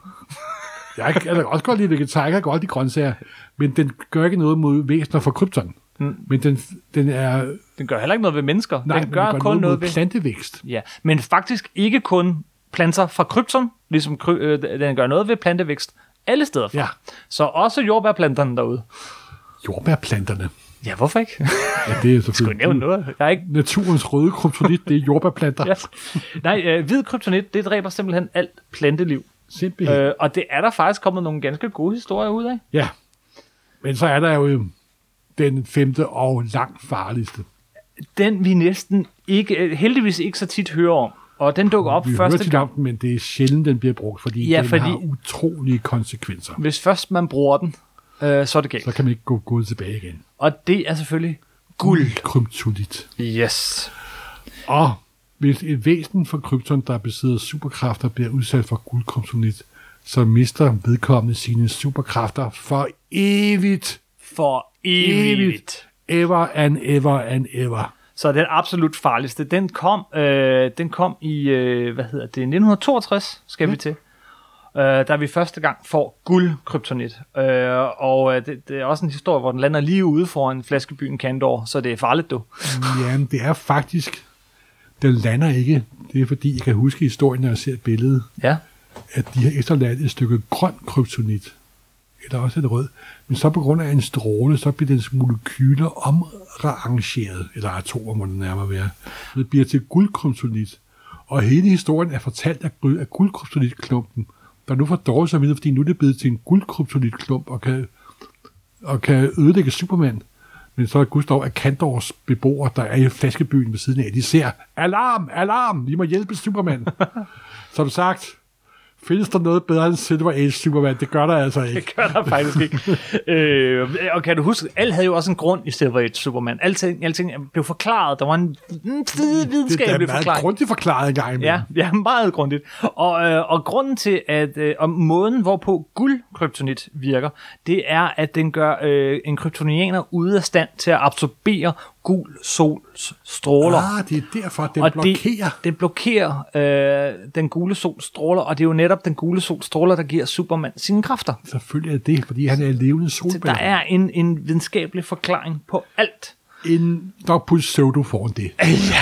S2: Jeg kan jeg kan også godt lide vegetar, jeg kan godt lide grøntsager, men den gør ikke noget mod væsener fra krypton. Mm. Men den, den er...
S1: Den gør heller ikke noget ved mennesker.
S2: Nej,
S1: den gør kun noget ved...
S2: plantevækst.
S1: Ja, men faktisk ikke kun planter fra krypton, ligesom kry- øh, den gør noget ved plantevækst alle steder fra.
S2: Ja.
S1: Så også jordbærplanterne derude.
S2: Jordbærplanterne.
S1: Ja, hvorfor ikke?
S2: Ja, det er
S1: Skulle jeg nævne
S2: selvfølgelig...
S1: noget? Jeg er ikke...
S2: Naturens røde kryptonit, det er jordbærplanter.
S1: Ja.
S2: ja.
S1: Nej, øh, hvid kryptonit, det dræber simpelthen alt planteliv.
S2: Simpelthen. Øh.
S1: Øh, og det er der faktisk kommet nogle ganske gode historier ud af.
S2: Ja. Men så er der jo øhm, den femte og langt farligste.
S1: Den vi næsten ikke, øh, heldigvis ikke så tit hører om. Og den dukker op
S2: Vi Første hører
S1: første
S2: tit om den, men det er sjældent, den bliver brugt, fordi
S1: Ja,
S2: ja, den
S1: fordi-
S2: fordi... har utrolige konsekvenser.
S1: Hvis først man bruger den, øh, så er det galt.
S2: Så kan man ikke gå gået tilbage igen.
S1: Og det er selvfølgelig guld.
S2: Kryptonit.
S1: Yes.
S2: Og hvis et væsen fra krypton, der besidder superkræfter, bliver udsat for guldkryptonit, så mister vedkommende sine superkræfter for evigt.
S1: For evigt. evigt.
S2: Ever and ever and ever.
S1: Så den absolut farligste, den kom, øh, den kom i, øh, hvad hedder det, 1962 skal ja. vi til. Øh, der vi første gang får guldkryptonit. Øh, og øh, det, det er også en historie, hvor den lander lige ude foran flaskebyen Kandor, så det er farligt, du.
S2: Jamen, det er faktisk... Den lander ikke. Det er fordi, jeg kan huske historien, når jeg ser billedet,
S1: Ja.
S2: at de har efterladt et stykke grøn kryptonit. Eller også et rød. Men så på grund af en stråle, så bliver dens molekyler omrangeret. Eller atomer må det nærmere være. Så det bliver til guldkryptonit. Og hele historien er fortalt af, gry- af guldkryptonitklumpen, der nu får dårlig samvittighed, fordi nu er det blevet til en guldkryptonitklump og kan, og kan ødelægge Superman. Men så er Gustav af Kandors beboere, der er i flaskebyen ved siden af, de ser, alarm, alarm, vi må hjælpe Superman. Som sagt, findes der noget bedre end Silver Age Superman? Det gør der altså ikke.
S1: Det gør der faktisk ikke. øh, og kan du huske, alt havde jo også en grund i Silver Age Superman. Alting, alting blev forklaret. Der var en en fed
S2: Det er
S1: videnskabelig
S2: meget
S1: forklaring.
S2: grundigt forklaret en gang
S1: Ja,
S2: imellem.
S1: ja, meget grundigt. Og, øh, og grunden til, at øh, og måden, hvorpå guldkryptonit virker, det er, at den gør øh, en kryptonianer ude af stand til at absorbere gul sols stråler.
S2: Ah, det er derfor, den
S1: og
S2: blokerer.
S1: Det, det blokerer øh, den gule sols stråler, og det er jo netop den gule sols stråler, der giver Superman sine kræfter.
S2: Selvfølgelig er det, fordi han er en levende
S1: Så der
S2: solbær.
S1: er en, en videnskabelig forklaring på alt.
S2: En, der er pseudo foran det.
S1: Ja,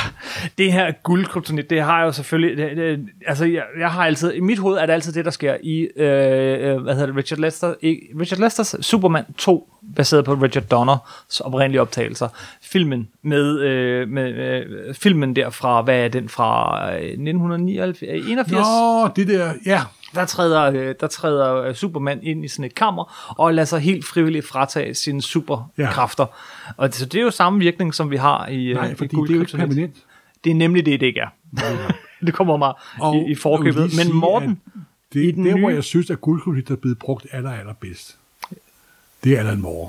S1: det her guldkryptonit, det har jeg jo selvfølgelig... Det, det, altså, jeg, jeg har altid... I mit hoved er det altid det, der sker i... Øh, øh, hvad hedder det? Richard Lester... Ikke, Richard Lesters Superman 2, baseret på Richard Donners oprindelige optagelser. Filmen med... Øh, med øh, filmen der fra... Hvad er den fra? øh, 1979... øh, 81?
S2: Nå, det der, ja.
S1: Der træder, øh, der træder øh, Superman ind i sådan et kammer, og lader sig helt frivilligt fratage sine superkræfter. Ja. Og så det er jo samme virkning, som vi har i øh,
S2: Nej,
S1: i
S2: fordi
S1: Gul
S2: det er jo ikke
S1: Kryptonit.
S2: permanent.
S1: Det er nemlig det, det ikke er. det kommer mig
S2: Og
S1: i, i
S2: jeg vil
S1: forkøbet.
S2: lige
S1: Men
S2: sige,
S1: Morten,
S2: at det
S1: i
S2: er
S1: den
S2: der, hvor
S1: nye-
S2: jeg synes, at guldkryptonit er blevet brugt aller, allerbedst. Det er Alan Moore.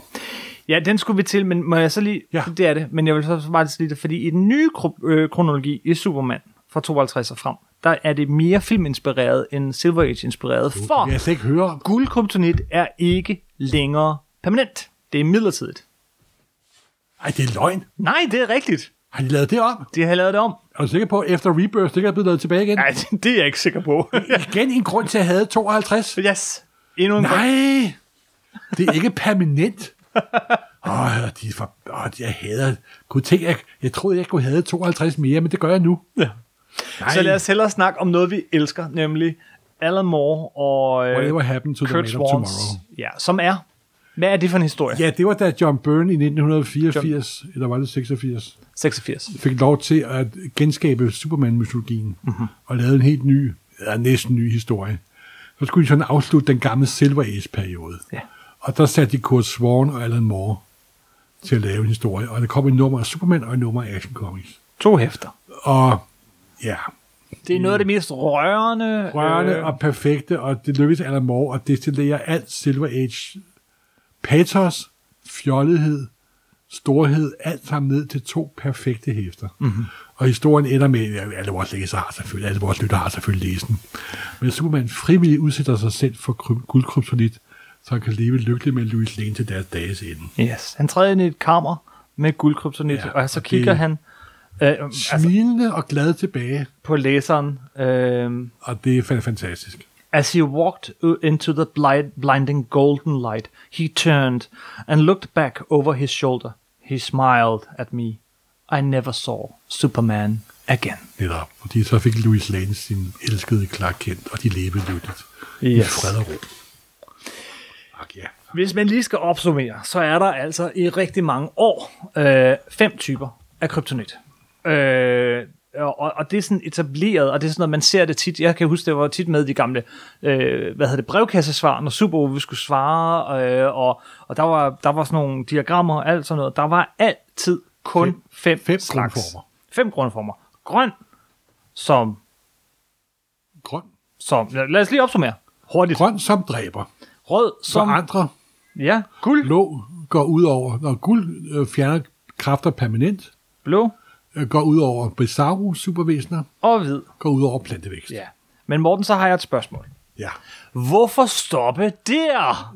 S1: ja, den skulle vi til, men må jeg så lige... Ja.
S2: Ja.
S1: Det er det, men jeg vil så bare lige det, fordi i den nye kro- øh, kronologi i Superman fra 52 og frem, der er det mere filminspireret end Silver Age-inspireret, for
S2: Det kan jeg slet ikke høre om.
S1: guldkryptonit er ikke længere permanent. Det er midlertidigt.
S2: Ej, det er løgn.
S1: Nej, det er rigtigt.
S2: Har de lavet det om?
S1: De har lavet det om.
S2: Er du sikker på, at efter Rebirth, det kan er blevet lavet tilbage igen?
S1: Nej, det er jeg ikke sikker på.
S2: Igen en grund til at have 52.
S1: yes. Endnu en gang.
S2: Nej, det er ikke permanent. Åh, oh, de er for... Åh, de- jeg hader... Kunne tænke, jeg, jeg troede, jeg kunne have 52 mere, men det gør jeg nu. Ja. Nej,
S1: Så lad os hellere snakke om noget, vi elsker, nemlig Alan Moore og øh,
S2: Whatever happened to the
S1: Kurt
S2: man of
S1: Swans.
S2: tomorrow?
S1: Ja, som er. Hvad er det for en historie?
S2: Ja, det var da John Byrne i 1984, eller var det 86,
S1: 86.
S2: fik lov til at genskabe Superman-mytologien mm-hmm. og lavede en helt ny, eller næsten ny historie. Så skulle de sådan afslutte den gamle Silver Age-periode.
S1: Ja.
S2: Og der satte de Kurt Swan og Alan Moore til at lave en historie, og der kom et nummer af Superman og et nummer af Action Comics.
S1: To hæfter.
S2: Og ja,
S1: Det er noget af det mest rørende.
S2: rørende
S1: øh,
S2: og perfekte, og det lykkedes Alan Moore at destillere alt Silver Age pathos, fjollethed, storhed, alt sammen ned til to perfekte hæfter.
S1: Mhm.
S2: Mm-hmm. Og historien ender med, ja, alle vores læsere har selvfølgelig, alle vores lyttere har selvfølgelig læst den. Men Superman frivilligt udsætter sig selv for kry- guldkryptonit, så han kan leve lykkeligt med Louis Lane til deres dages ende.
S1: Yes. Han træder ind i et kammer med guldkryptonit, ja,
S2: Ja,
S1: og så
S2: og det-
S1: kigger han øh, altså,
S2: Smilende og glad tilbage,
S1: på læseren. Øh,
S2: og det er fa- fantastisk.
S1: As he walked uh, into the blind, blinding golden light, he turned and looked back over his shoulder. He smiled at me. I never saw Superman again.
S2: Netop. Fordi så fik Louis Lane sin elskede Clark Kent, og de levede lykkeligt.
S1: Yes.
S2: I fred og ro. Fuck ja.
S1: Hvis man lige skal opsummere, så er der altså i rigtig mange år øh, fem typer af kryptonit. Øh, Og, og- og det er sådan etableret, og det er sådan noget, man ser det tit. Jeg kan huske, det var tit med i de gamle, øh, hvad hedder det, brevkassesvar, når Super vi skulle svare, øh, og, og der, var, der var sådan nogle diagrammer og alt sådan noget. Der var altid kun
S2: Fem-
S1: fem,
S2: fem
S1: slags.
S2: grundformer.
S1: Fem grundformer. Grøn, som,
S2: Grøn,
S1: som, lad lad os lige opsummere. Hurtigt.
S2: grøn som dræber.
S1: Rød, som,
S2: Som andre
S1: ja, guld,
S2: blå går ud over, når guld øh, fjerner kræfter permanent,
S1: blå
S2: øh, går ud over bizarro supervæsener,
S1: og hvid.
S2: går ud over plantevækst.
S1: Ja. Men Morten, så har jeg et spørgsmål.
S2: ja.
S1: Hvorfor stoppe der?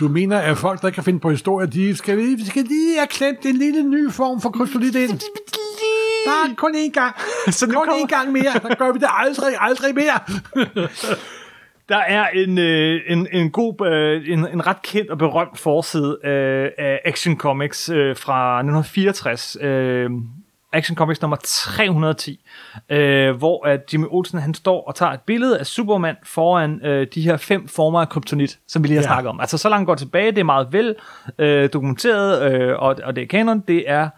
S2: Du mener, at folk, der ikke kan finde på historier, de skal, lige- vi skal lige have klemt en lille ny form for kryptonit ind. Der er kun én gang.
S1: Så nu
S2: kun
S1: kommer-
S2: én gang mere. Så gør vi det aldrig, aldrig mere.
S1: Der er en, øh, en, en god, øh, en, en ret kendt og berømt forside øh, af Action Comics øh, fra 1964. Øh, Action Comics nummer 310, øh, hvor at Jimmy Olsen han står og tager et billede af Superman foran øh, de her fem former af kryptonit, som vi lige har ja.
S2: Ja.
S1: snakket om. Altså så langt går tilbage, det er meget vel øh, dokumenteret, øh, og, og det er kanon, det er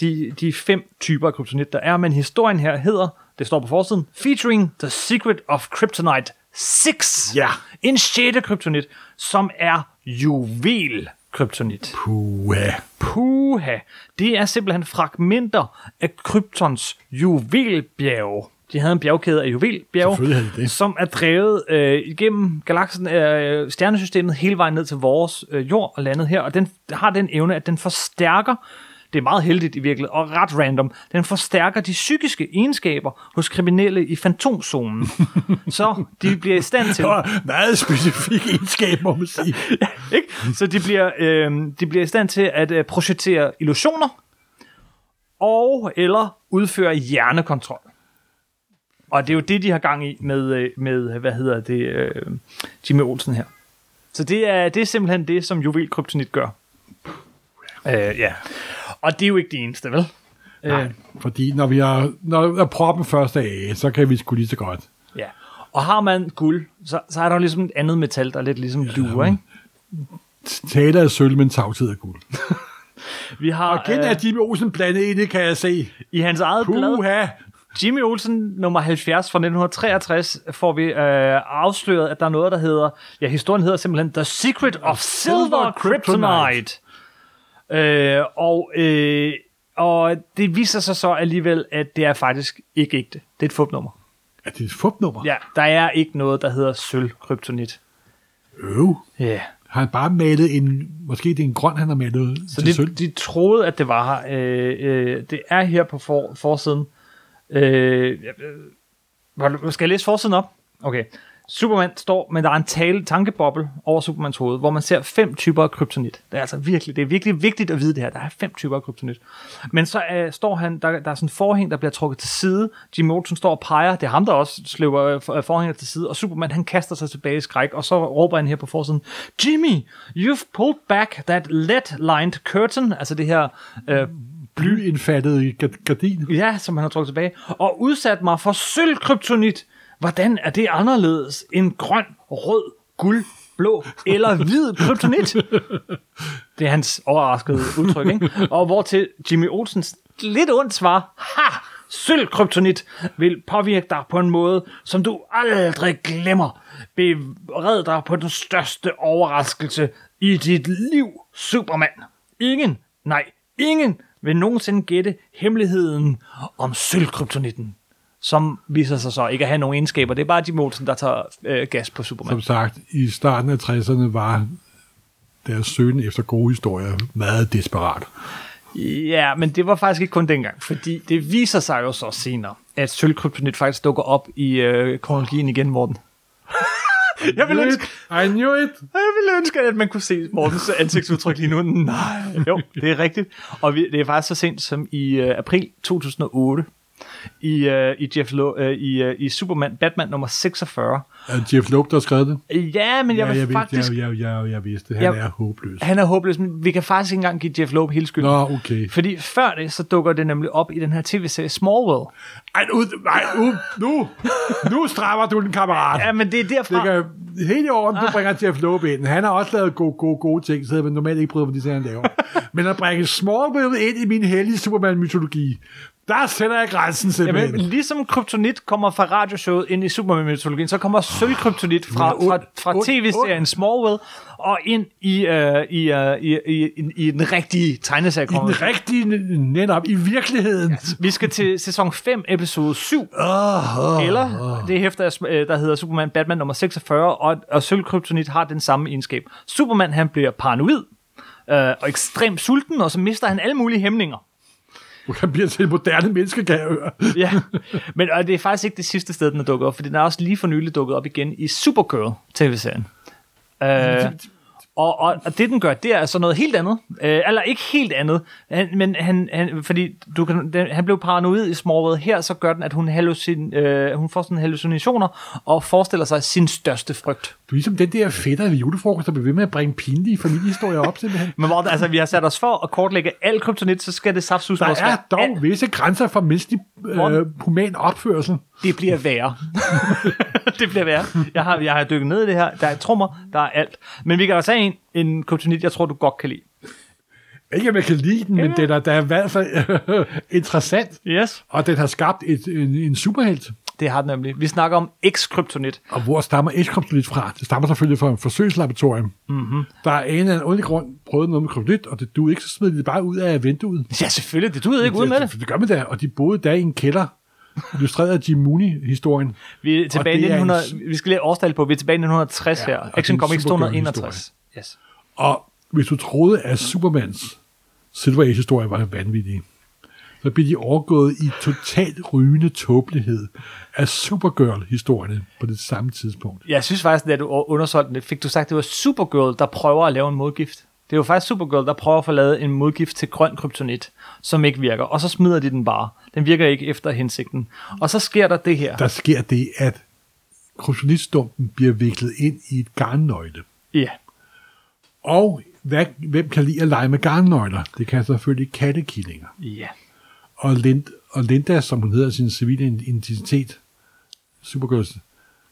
S1: de, de fem typer af kryptonit, der er, men historien her hedder, det står på forsiden, Featuring the Secret of Kryptonite 6.
S2: Ja.
S1: En sjette kryptonit, som er juvel kryptonit.
S2: Puha.
S1: Puha. Det er simpelthen fragmenter af kryptons juvelbjerge. De havde en bjergkæde af juvelbjerge,
S2: Selvfølgelig havde de det.
S1: som er drevet øh, igennem galaksen, øh, stjernesystemet, hele vejen ned til vores øh, jord og landet her. Og den har den evne, at den forstærker, det er meget heldigt i virkeligheden, og ret random, den forstærker de psykiske egenskaber hos kriminelle i fantomzonen. så de bliver i stand til...
S2: Det var meget specifik egenskab, må man sige.
S1: Ikke? Så de bliver, øh, de bliver i stand til at øh, projektere illusioner og eller udføre hjernekontrol. Og det er jo det, de har gang i med, øh, med hvad hedder det, øh, Jimmy Olsen her. Så det er, det er simpelthen det, som juvel kryptonit gør. Øh, ja. Og det er jo ikke det eneste, vel? Øh,
S2: Nej, fordi når vi har, når, når proppen først er af, så kan vi sgu lige så godt.
S1: ja. Og har man guld, så, så er der jo ligesom et andet metal, der er lidt ligesom luer, ikke?
S2: Taler af sølv, men tavshed af guld.
S1: Vi har
S2: Igen
S1: øh,
S2: er Jimmy Olsen blandet i det, kan jeg se.
S1: i hans eget blad,
S2: Puha.
S1: Jimmy Olsen nummer 70 fra 1963 får vi øh, afsløret, at der er noget, der hedder... Ja, historien hedder simpelthen The Secret of Silver
S2: Silver
S1: Kryptonite.
S2: Kryptonite.
S1: Øh, og, øh, og det viser sig så alligevel, at det er faktisk ikke ægte. Det er et fupnummer.
S2: Er det et fupnummer?
S1: Ja, der er ikke noget, der hedder sølvkryptonit.
S2: Øv.
S1: Ja. Yeah.
S2: Har han bare malet en... Måske det er en grøn, han har malet
S1: Så
S2: så til det, sølv.
S1: de, de troede, at det var her. Øh, øh, det er her på for, forsiden. Øh, jeg- øh, skal jeg læse forsiden op? Okay. Superman står, men der er en tale, tankeboble over Supermans hoved, hvor man ser fem typer af kryptonit. Det er altså virkelig, det er virkelig vigtigt at vide det her. Der er fem typer af kryptonit. Men så øh, står han, der, der er sådan en forhæng, der bliver trukket til side. Jim Olsen står og peger. Det er ham, der også sløver øh, for- øh, forhænget til side. Og Superman, han kaster sig tilbage i skræk, og så råber han her på forsiden, Jimmy, you've pulled back that lead-lined curtain. Altså det her øh,
S2: Blyindfattet i ga- gardin.
S1: Ja, som han har trukket tilbage. Og udsat mig for sølvkryptonit. Hvordan er det anderledes end grøn, rød, guld, blå eller hvid kryptonit? Det er hans overraskede udtryk, ikke? Og hvor til Jimmy Olsens lidt ondt svar, ha! Sølvkryptonit vil påvirke dig på en måde, som du aldrig glemmer. Bered dig på den største overraskelse i dit liv, Superman. Ingen, nej, ingen vil nogensinde gætte hemmeligheden om sølvkryptonitten, som viser sig så ikke at have nogen egenskaber. Det er bare Jimmy Olsen, der tager øh, gas på Superman.
S2: Som sagt, i starten af 60'erne var deres søgen efter gode historier meget desperat.
S1: Ja, men det var faktisk ikke kun dengang, fordi det viser sig jo så senere, at sølvkryptonit faktisk dukker op i øh, kronologien igen, Morten. jeg, ville ønske,
S2: I knew it.
S1: jeg ville ønske, at man kunne se Mortens ansigtsudtryk lige nu. Nej. Jo, det er rigtigt. Og vi, det er faktisk så sent som i øh, april 2008, i, øh, i, Jeff Lo- øh, i, øh, i Superman Batman nummer 46.
S2: Er det Jeff Loeb, der har skrevet det?
S1: Ja, men jeg
S2: ja,
S1: vil
S2: jeg,
S1: faktisk...
S2: vidste, jeg, jeg, jeg, jeg vidste, han
S1: Jeg-
S2: er håbløs.
S1: Han er håbløs, men vi kan faktisk ikke engang give Jeff Loeb hele skylden.
S2: Nå, okay.
S1: Fordi før det, så dukker det nemlig op i den her tv-serie Smallville.
S2: Ej, ud, ej, ud, nu, nu strammer du den, kammerat.
S1: Ja, men det er
S2: Det
S1: derfra...
S2: kan helt i orden, du bringer Jeff Loeb ind. Han har også lavet gode, gode, gode ting, så jeg vil normalt ikke bryder mig, de ting, han laver. Men at bringe Smallville ind i min hellige Superman-mytologi, der sætter jeg grænsen simpelthen.
S1: Jamen, ligesom kryptonit kommer fra radioshowet ind i Superman-mytologien, så kommer sølvkryptonit fra,
S2: Du er
S1: fra,
S2: ond,
S1: fra
S2: ond,
S1: tv-serien Smallville og ind i, øh, i, øh, i, i, i, i den rigtige tegneserie.
S2: I den rigtige, netop, i virkeligheden.
S1: Vi skal til sæson 5, episode 7,
S2: Åh, åh.
S1: eller det hæfter, jeg sm- øh, der hedder Superman Batman nummer 46, og, og sølvkryptonit har den samme egenskab. Superman han bliver paranoid øh, og ekstremt sulten, og så mister han alle mulige hæmninger.
S2: Han bliver til et moderne menneske, kan jeg høre.
S1: ja, men og det er faktisk ikke det sidste sted, den er dukket op, for den er også lige for nylig dukket op igen i Supergirl-tv-serien. Øh, og, og, og det, den gør, det er så noget helt andet. Øh, eller ikke helt andet, han, men han, han, fordi du kan, den, han blev paranoid i Smallville. Her så gør den, at hun, hallucin, øh, hun får sådan hallucinationer og forestiller sig sin største frygt.
S2: Du er ligesom den der fætter ved julefrokost, der bliver ved med at bringe pinlige familiehistorier op, simpelthen.
S1: Men hvor, altså, vi har sat os for at kortlægge al kryptonit, så skal det saftsus
S2: Der er dog visse grænser for menneskelig øh,
S1: Morten.
S2: human opførsel.
S1: Det bliver værre. det bliver værre. Jeg har, jeg har dykket ned i det her. Der er trommer, der er alt. Men vi kan også have en, en kryptonit, jeg tror, du godt kan lide.
S2: Ikke at man kan lide den, men den er, der er i hvert fald interessant.
S1: Yes.
S2: Og den har skabt et, en, en superhelt.
S1: Det har den nemlig. Vi snakker om X-kryptonit.
S2: Og hvor stammer X-kryptonit fra? Det stammer selvfølgelig fra et forsøgslaboratorium.
S1: Mhm.
S2: Mm-hmm. Der er en eller anden underlig grund prøvet noget med kryptonit, og det du ikke, så smed de det bare ud af vinduet.
S1: Ja, selvfølgelig. Det du ved ikke ud med det.
S2: Det gør man da, og de boede da i en kælder, illustreret af Jim Mooney-historien.
S1: Vi, er tilbage i
S2: Og det er
S1: 1900,
S2: en
S1: vi skal lige overstale på, vi er tilbage i 1960 ja,
S2: og
S1: her.
S2: det er
S1: Action
S2: en
S1: Comics
S2: supergirl
S1: 261. Yes.
S2: Og hvis du troede, at Supermans Silver Age-historie var vanvittig, så blev de overgået i totalt rygende tåbelighed af Supergirl-historierne på det samme tidspunkt.
S1: Jeg synes faktisk, at du undersolgte det, fik du sagt, at det var Supergirl, der prøver at lave en modgift. Det er jo faktisk Supergirl, der prøver at få lavet en modgift til grøn kryptonit, som ikke virker. Og så smider de den bare. Den virker ikke efter hensigten. Og så sker der det her.
S2: Der sker det, at kryptonitstumpen bliver viklet ind i et garnnøgle.
S1: Ja.
S2: Og hvad, hvem kan lide at lege med garnnøgler? Det kan selvfølgelig kattekillinger.
S1: Ja.
S2: Og, Lind, og Linda, som hun hedder i sin civile identitet, Supergirls,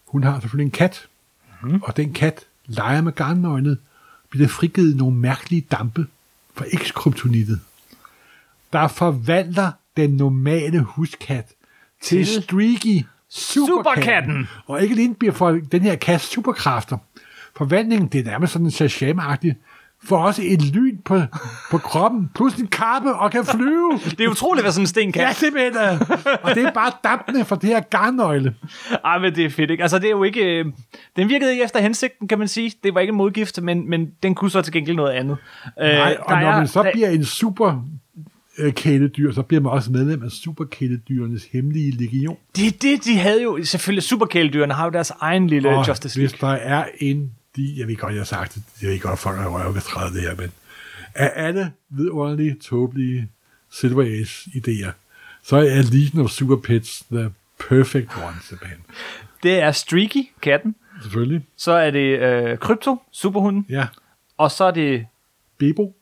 S2: hun har selvfølgelig en kat.
S1: Mhm.
S2: Mm-hmm. Og den kat leger med garnnøglet, bliver der frigivet nogle mærkelige dampe fra ekskryptonittet, der forvandler den normale huskat til,
S1: Til
S2: til streaky superkatten.
S1: superkatten.
S2: Og ikke alene bliver for den her kat superkræfter. Forvandlingen, det er nærmest sådan en shazam får også et lyn på, på kroppen, plus en kappe og kan flyve.
S1: Det er utroligt, hvad sådan en sten kan.
S2: Ja, simpelthen. øh. og det er bare dampene fra det her garnnøgle.
S1: Ej, men det er fedt, ikke? Altså, det er jo ikke... Øh, den virkede ikke efter hensigten, kan man sige. Det var ikke en modgift, men, men den kunne så til gengæld noget andet. Øh,
S2: Nej, og
S1: der
S2: når
S1: er-
S2: man så
S1: der-
S2: bliver en super øh, kæledyr, så bliver man også medlem af superkæledyrenes hemmelige legion.
S1: Det er det, de havde jo... Selvfølgelig, superkæledyrene har jo deres egen lille
S2: Og
S1: Justice
S2: hvis
S1: League.
S2: der er en, de, jeg ved godt, jeg har sagt det, jeg ved godt, folk er røve ved træet det her, men af alle vidunderlige, tåbelige Silver Age-idéer, så er Legion of Super Pets the perfect one, simpelthen.
S1: Det er Streaky, katten.
S2: Selvfølgelig.
S1: Så er det øh, Krypto, superhunden.
S2: Ja.
S1: Og så er det
S2: Bebo,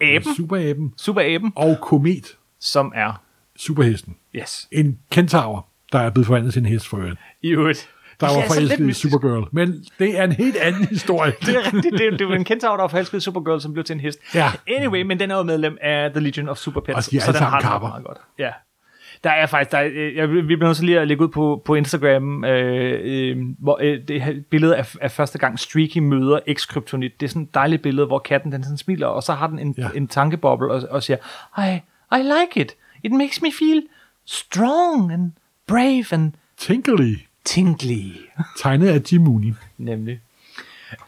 S1: aben,
S2: superaben,
S1: superaben,
S2: og Komet,
S1: som er...
S2: superhesten.
S1: Yes.
S2: en kentaur, der er blevet forvandlet til en hest for øvrigt.
S1: I øvrigt.
S2: Der
S1: Det
S2: var
S1: er så altså lidt
S2: forelsket i
S1: mystisk.
S2: Supergirl. Men det er en helt anden historie.
S1: Det er rigtigt. Det, det var en kentaur, der var forelsket i Supergirl, som blev til en hest.
S2: Ja.
S1: Anyway, men den er jo medlem af The Legion of Super Pets.
S2: Og de er alle
S1: den har
S2: sammen
S1: den
S2: kapper.
S1: meget godt. Ja. Der er faktisk, der er, øh, jeg, vi bliver nødt til lige at lægge ud på, på Instagram, øh, øh, hvor øh, det her billede af, af første gang Streaky møder X-kryptonit. Det er sådan et dejligt billede, hvor katten den sådan smiler, og så har den en, ja.
S2: Ja.
S1: en tankeboble og, og siger, I, I like it. It makes me feel strong and brave and
S2: Tinkly,
S1: tingly.
S2: tegnet af Jim Mooney.
S1: Nemlig.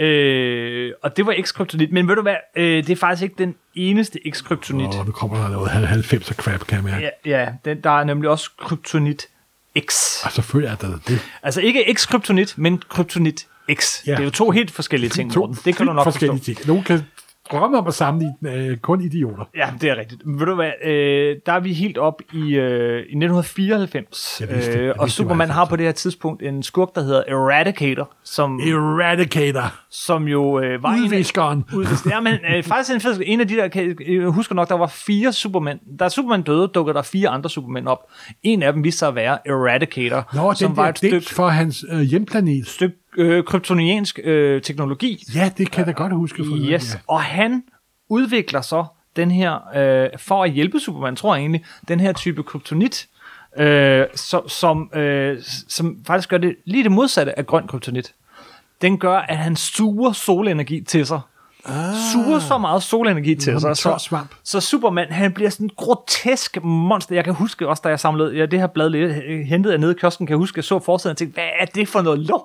S1: Øh, og det var X-kryptonit, men ved du hvad, øh, det er faktisk ikke den eneste X-kryptonit.
S2: Og nu kommer der noget 90'er crap, kan jeg mærke.
S1: Ja, ja den, der er nemlig også kryptonit X.
S2: Og selvfølgelig er der det.
S1: Altså ikke X-kryptonit, men kryptonit X. Ja.
S2: Ja.
S1: Det er jo to helt forskellige ting,
S2: To
S1: Morten. Det kan du nok
S2: forskellige
S1: forstå.
S2: ting. Nogen kan drømmer om at sammenligne øh, kun idioter.
S1: Ja, det er rigtigt. Ved du hvad, øh, der er vi helt op i, øh, i 1994,
S2: Jeg vidste det.
S1: øh,
S2: Jeg vidste, det var
S1: og Superman har
S2: 90'erne.
S1: på det her tidspunkt en skurk, der hedder Eradicator, som,
S2: Eradicator.
S1: som jo øh, var en af-
S2: Udviskeren.
S1: Udvist. Ja, men øh, faktisk en fed, en af de der, kan- jeg husker nok, der var fire Superman. Da Superman døde, dukkede der fire andre Superman op. En af dem viste sig at være Eradicator,
S2: Nå,
S1: som
S2: den
S1: var
S2: der
S1: et stykke,
S2: digt for hans øh, hjemplanet.
S1: stykke øh, kryptoniansk øh, teknologi.
S2: Ja, det kan jeg da godt huske. Fra,
S1: Yes,
S2: Ja.
S1: og han udvikler så den her, øh, for at hjælpe Superman, tror jeg egentlig, den her type kryptonit, øh, som, som, øh, som faktisk gør det lige det modsatte af grøn kryptonit. Den gør, at han suger solenergi til sig. Ah. Suger så meget solenergi til
S2: Som en
S1: sig,
S2: tør
S1: så,
S2: svamp.
S1: så Superman han bliver sådan en grotesk monster. Jeg kan huske også, da jeg samlede ja, det her blad, lidt, øh, hentede jeg nede i kiosken, kan jeg huske, at jeg så forsiden og tænkte, hvad er det for noget lort?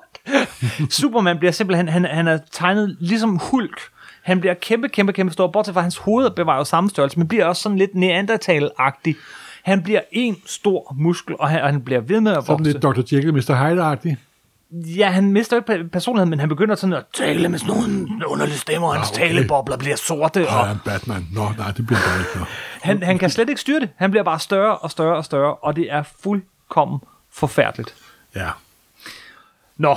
S1: Superman bliver simpelthen, han, han er tegnet ligesom Hulk. Han bliver kæmpe, kæmpe, kæmpe stor, bortset fra hans hoved bevarer jo samme størrelse, men bliver også sådan lidt neandertal-agtig. Han bliver en stor muskel, og han, og han bliver ved med at
S2: Sådan
S1: vokse.
S2: lidt Dr. Jekyll, Mr. Hyde-agtig.
S1: Ja, han mister jo ikke pe- personligheden, men han begynder sådan at tale med sådan nogle underlige stemmer, og hans
S2: Ah, okay. Ah,
S1: okay. talebobler bliver sorte,
S2: Ja,
S1: og
S2: han er Batman. Nå, nej, det bliver der ikke. Nå.
S1: han, han kan slet ikke styre det. Han bliver bare større og større og større, og det er fuldkommen forfærdeligt.
S2: Ja.
S1: Nå,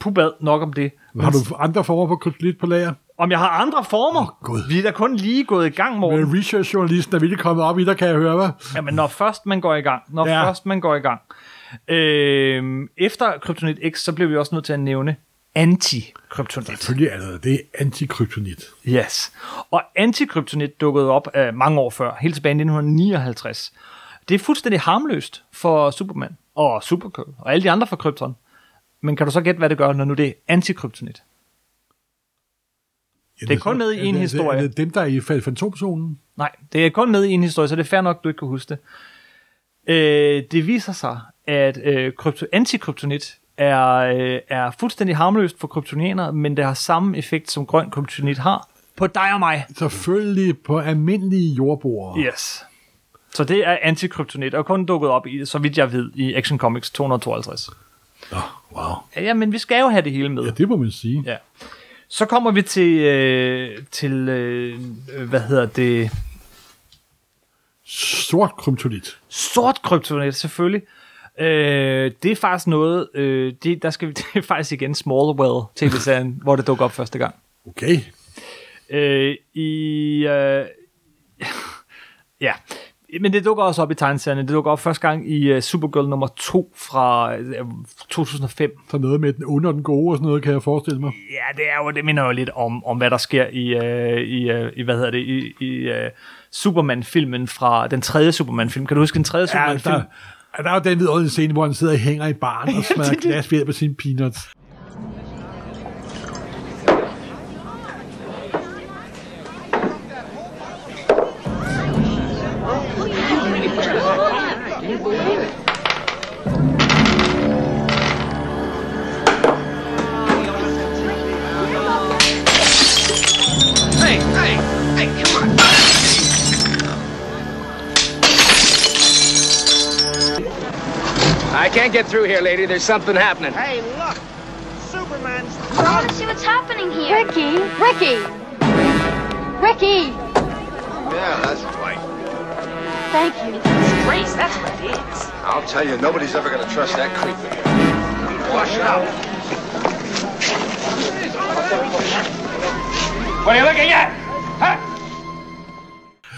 S1: pubad nok om det.
S2: Har du andre former for kryptonit på lager?
S1: Om jeg har andre former?
S2: Åh, Gud.
S1: Vi er da kun lige gået i gang, Morten.
S2: Men researchjournalisten er virkelig kommet op i der kan jeg høre, hvad?
S1: Jamen, når først man går i gang. Når
S2: Ja.
S1: ja. først man går i gang. Øhm, efter Kryptonit X, så bliver vi også nødt til at nævne anti-kryptonit.
S2: Selvfølgelig er det, det er antikryptonit.
S1: Yes. Og antikryptonit dukkede op øh, mange år før, helt tilbage i 1959. Det er fuldstændig harmløst for Superman og Supergirl og alle de andre fra krypton. Men kan du så gætte, hvad det gør, når nu det er antikryptonit?
S2: Ja,
S1: Det er kun
S2: så-
S1: med i
S2: ja,
S1: en
S2: det- det-
S1: historie.
S2: Det er dem, der er i fa- fantomzonen.
S1: Nej, det er kun med i en historie, så det er fair nok, du ikke kan huske det. Øh, det viser sig, at øh, krypto- antikryptonit er, øh, er fuldstændig harmløst for kryptonianere, men det har samme effekt, som grøn kryptonit har på dig og mig.
S2: Selvfølgelig på almindelige jordboere.
S1: Yes. Så det er antikryptonit, og kun dukket op, i, så vidt jeg ved, i Action Comics 252.
S2: Nå, wow.
S1: Ja, Ja, men vi skal jo have det hele med.
S2: Ja, det må man sige.
S1: Ja. Så kommer vi til, øh, til øh, hvad hedder det,
S2: Sort kryptonit.
S1: sort kryptonit selvfølgelig. Øh, det er faktisk noget, øh, det, der skal vi, det er faktisk igen Smallwell tv-serien, hvor det dukker op første gang.
S2: Okay.
S1: Øh, I... Øh, ja. Men det dukker også op i tegneserierne. Det dukker op første gang i uh, Supergirl nummer 2 fra uh, 2005.
S2: Så noget med den onde og den gode og sådan noget, kan jeg forestille mig.
S1: Ja, det er jo, det minder jo lidt om, om hvad der sker i, uh, i, uh, i hvad hedder det, i, i uh, Superman-filmen fra den tredje Superman-film. Kan du huske den tredje
S2: Ja,
S1: Superman-film?
S2: der, ja, der er jo den vidunderlige scene, hvor han sidder og hænger i baren og smadrer glas ved hjælp af sine peanuts.
S3: Hey, hey, hey, come on. I can't get through here, lady. There's something happening.
S7: Hey, look! Superman's
S8: I want to see what's happening here. Ricky. Ricky. Ricky.
S9: Yeah, that's right.
S8: Thank you.
S7: race, that's what it is.
S9: I'll tell you, nobody's ever gonna trust that creep again.
S3: Wash it out. What are you looking at? Huh?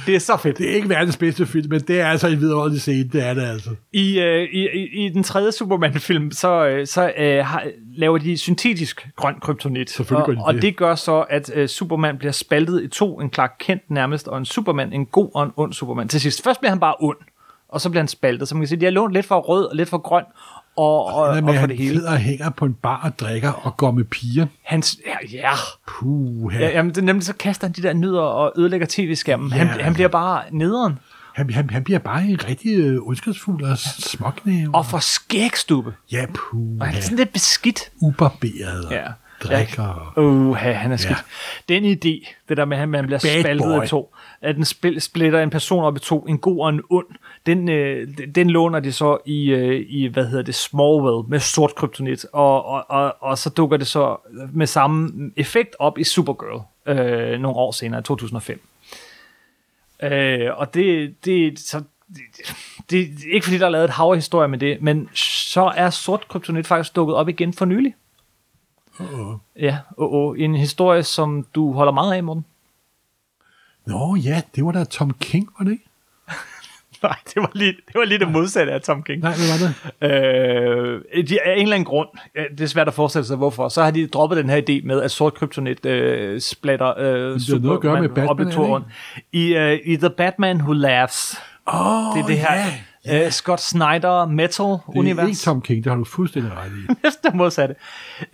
S1: Det er så fedt.
S2: Det er ikke verdens bedste film, men det er altså en vidunderlig scene, det er det altså.
S1: I, øh, i, i, I den tredje Superman-film, så, øh, så øh, har, laver de syntetisk grøn kryptonit.
S2: Selvfølgelig gør de
S1: og, og
S2: det.
S1: det gør så, at øh, Superman bliver spaltet i to. En Clark Kent nærmest, og en Superman, en god og en ond Superman. Til sidst, først bliver han bare ond, og så bliver han spaltet. Så man kan sige, de har lånt lidt fra rød og lidt fra grøn, og, og,
S2: Og,
S1: og,
S2: og med, at
S1: for
S2: han
S1: det hele.
S2: sidder og hænger på en bar og drikker og går med piger.
S1: Hans, ja, ja.
S2: Puh,
S1: ja
S2: han,
S1: jamen, det, er nemlig så kaster han de der nyder og ødelægger tv-skærmen. Han,
S2: Ja.
S1: han bliver bare nederen.
S2: han, han, han bliver bare en rigtig øh, ondskabsfuld og småknæve.
S1: Og for skægstube.
S2: ja, puh,
S1: Og han er
S2: han
S1: sådan lidt beskidt.
S2: ubarberet og
S1: Ja.
S2: drikker. og-
S1: Uh, han er skidt. Ja. Den idé, det der med, at man bliver
S2: Bad
S1: spaltet
S2: boy.
S1: af to, at den spil, splitter en person op i to, en god og en ond, den, øh, den- den låner de så i, øh, i, hvad hedder det, Smallville med sort kryptonit, og, og, og, og så dukker det så med samme effekt op i Supergirl øh, nogle år senere, 2005. Øh, og det, det, så, det, det, ikke fordi der er lavet et hav af historier med det, men så er sort kryptonit faktisk dukket op igen for nylig.
S2: Uh-oh.
S1: Ja, åh, åh, en historie, som du holder meget af, Morten.
S2: Nå ja, det var da Tom King, var det ikke?
S1: Nej, det var lige det, var lige det modsatte af Tom King.
S2: Nej, hvad var det?
S1: Øh, de, af en eller anden grund, ja, det er svært at forestille sig hvorfor, så har de droppet den her idé med, at sort kryptonit øh, splatter øh,
S2: det har noget at gøre med Batman,
S1: op i
S2: er det
S1: toren. I, øh, I The Batman Who Laughs,
S2: Åh,
S1: det er det her
S2: Ja.
S1: øh, Scott Snyder
S2: Det er
S1: metal-univers.
S2: ikke Tom King, det har du fuldstændig ret i.
S1: næsten det modsatte.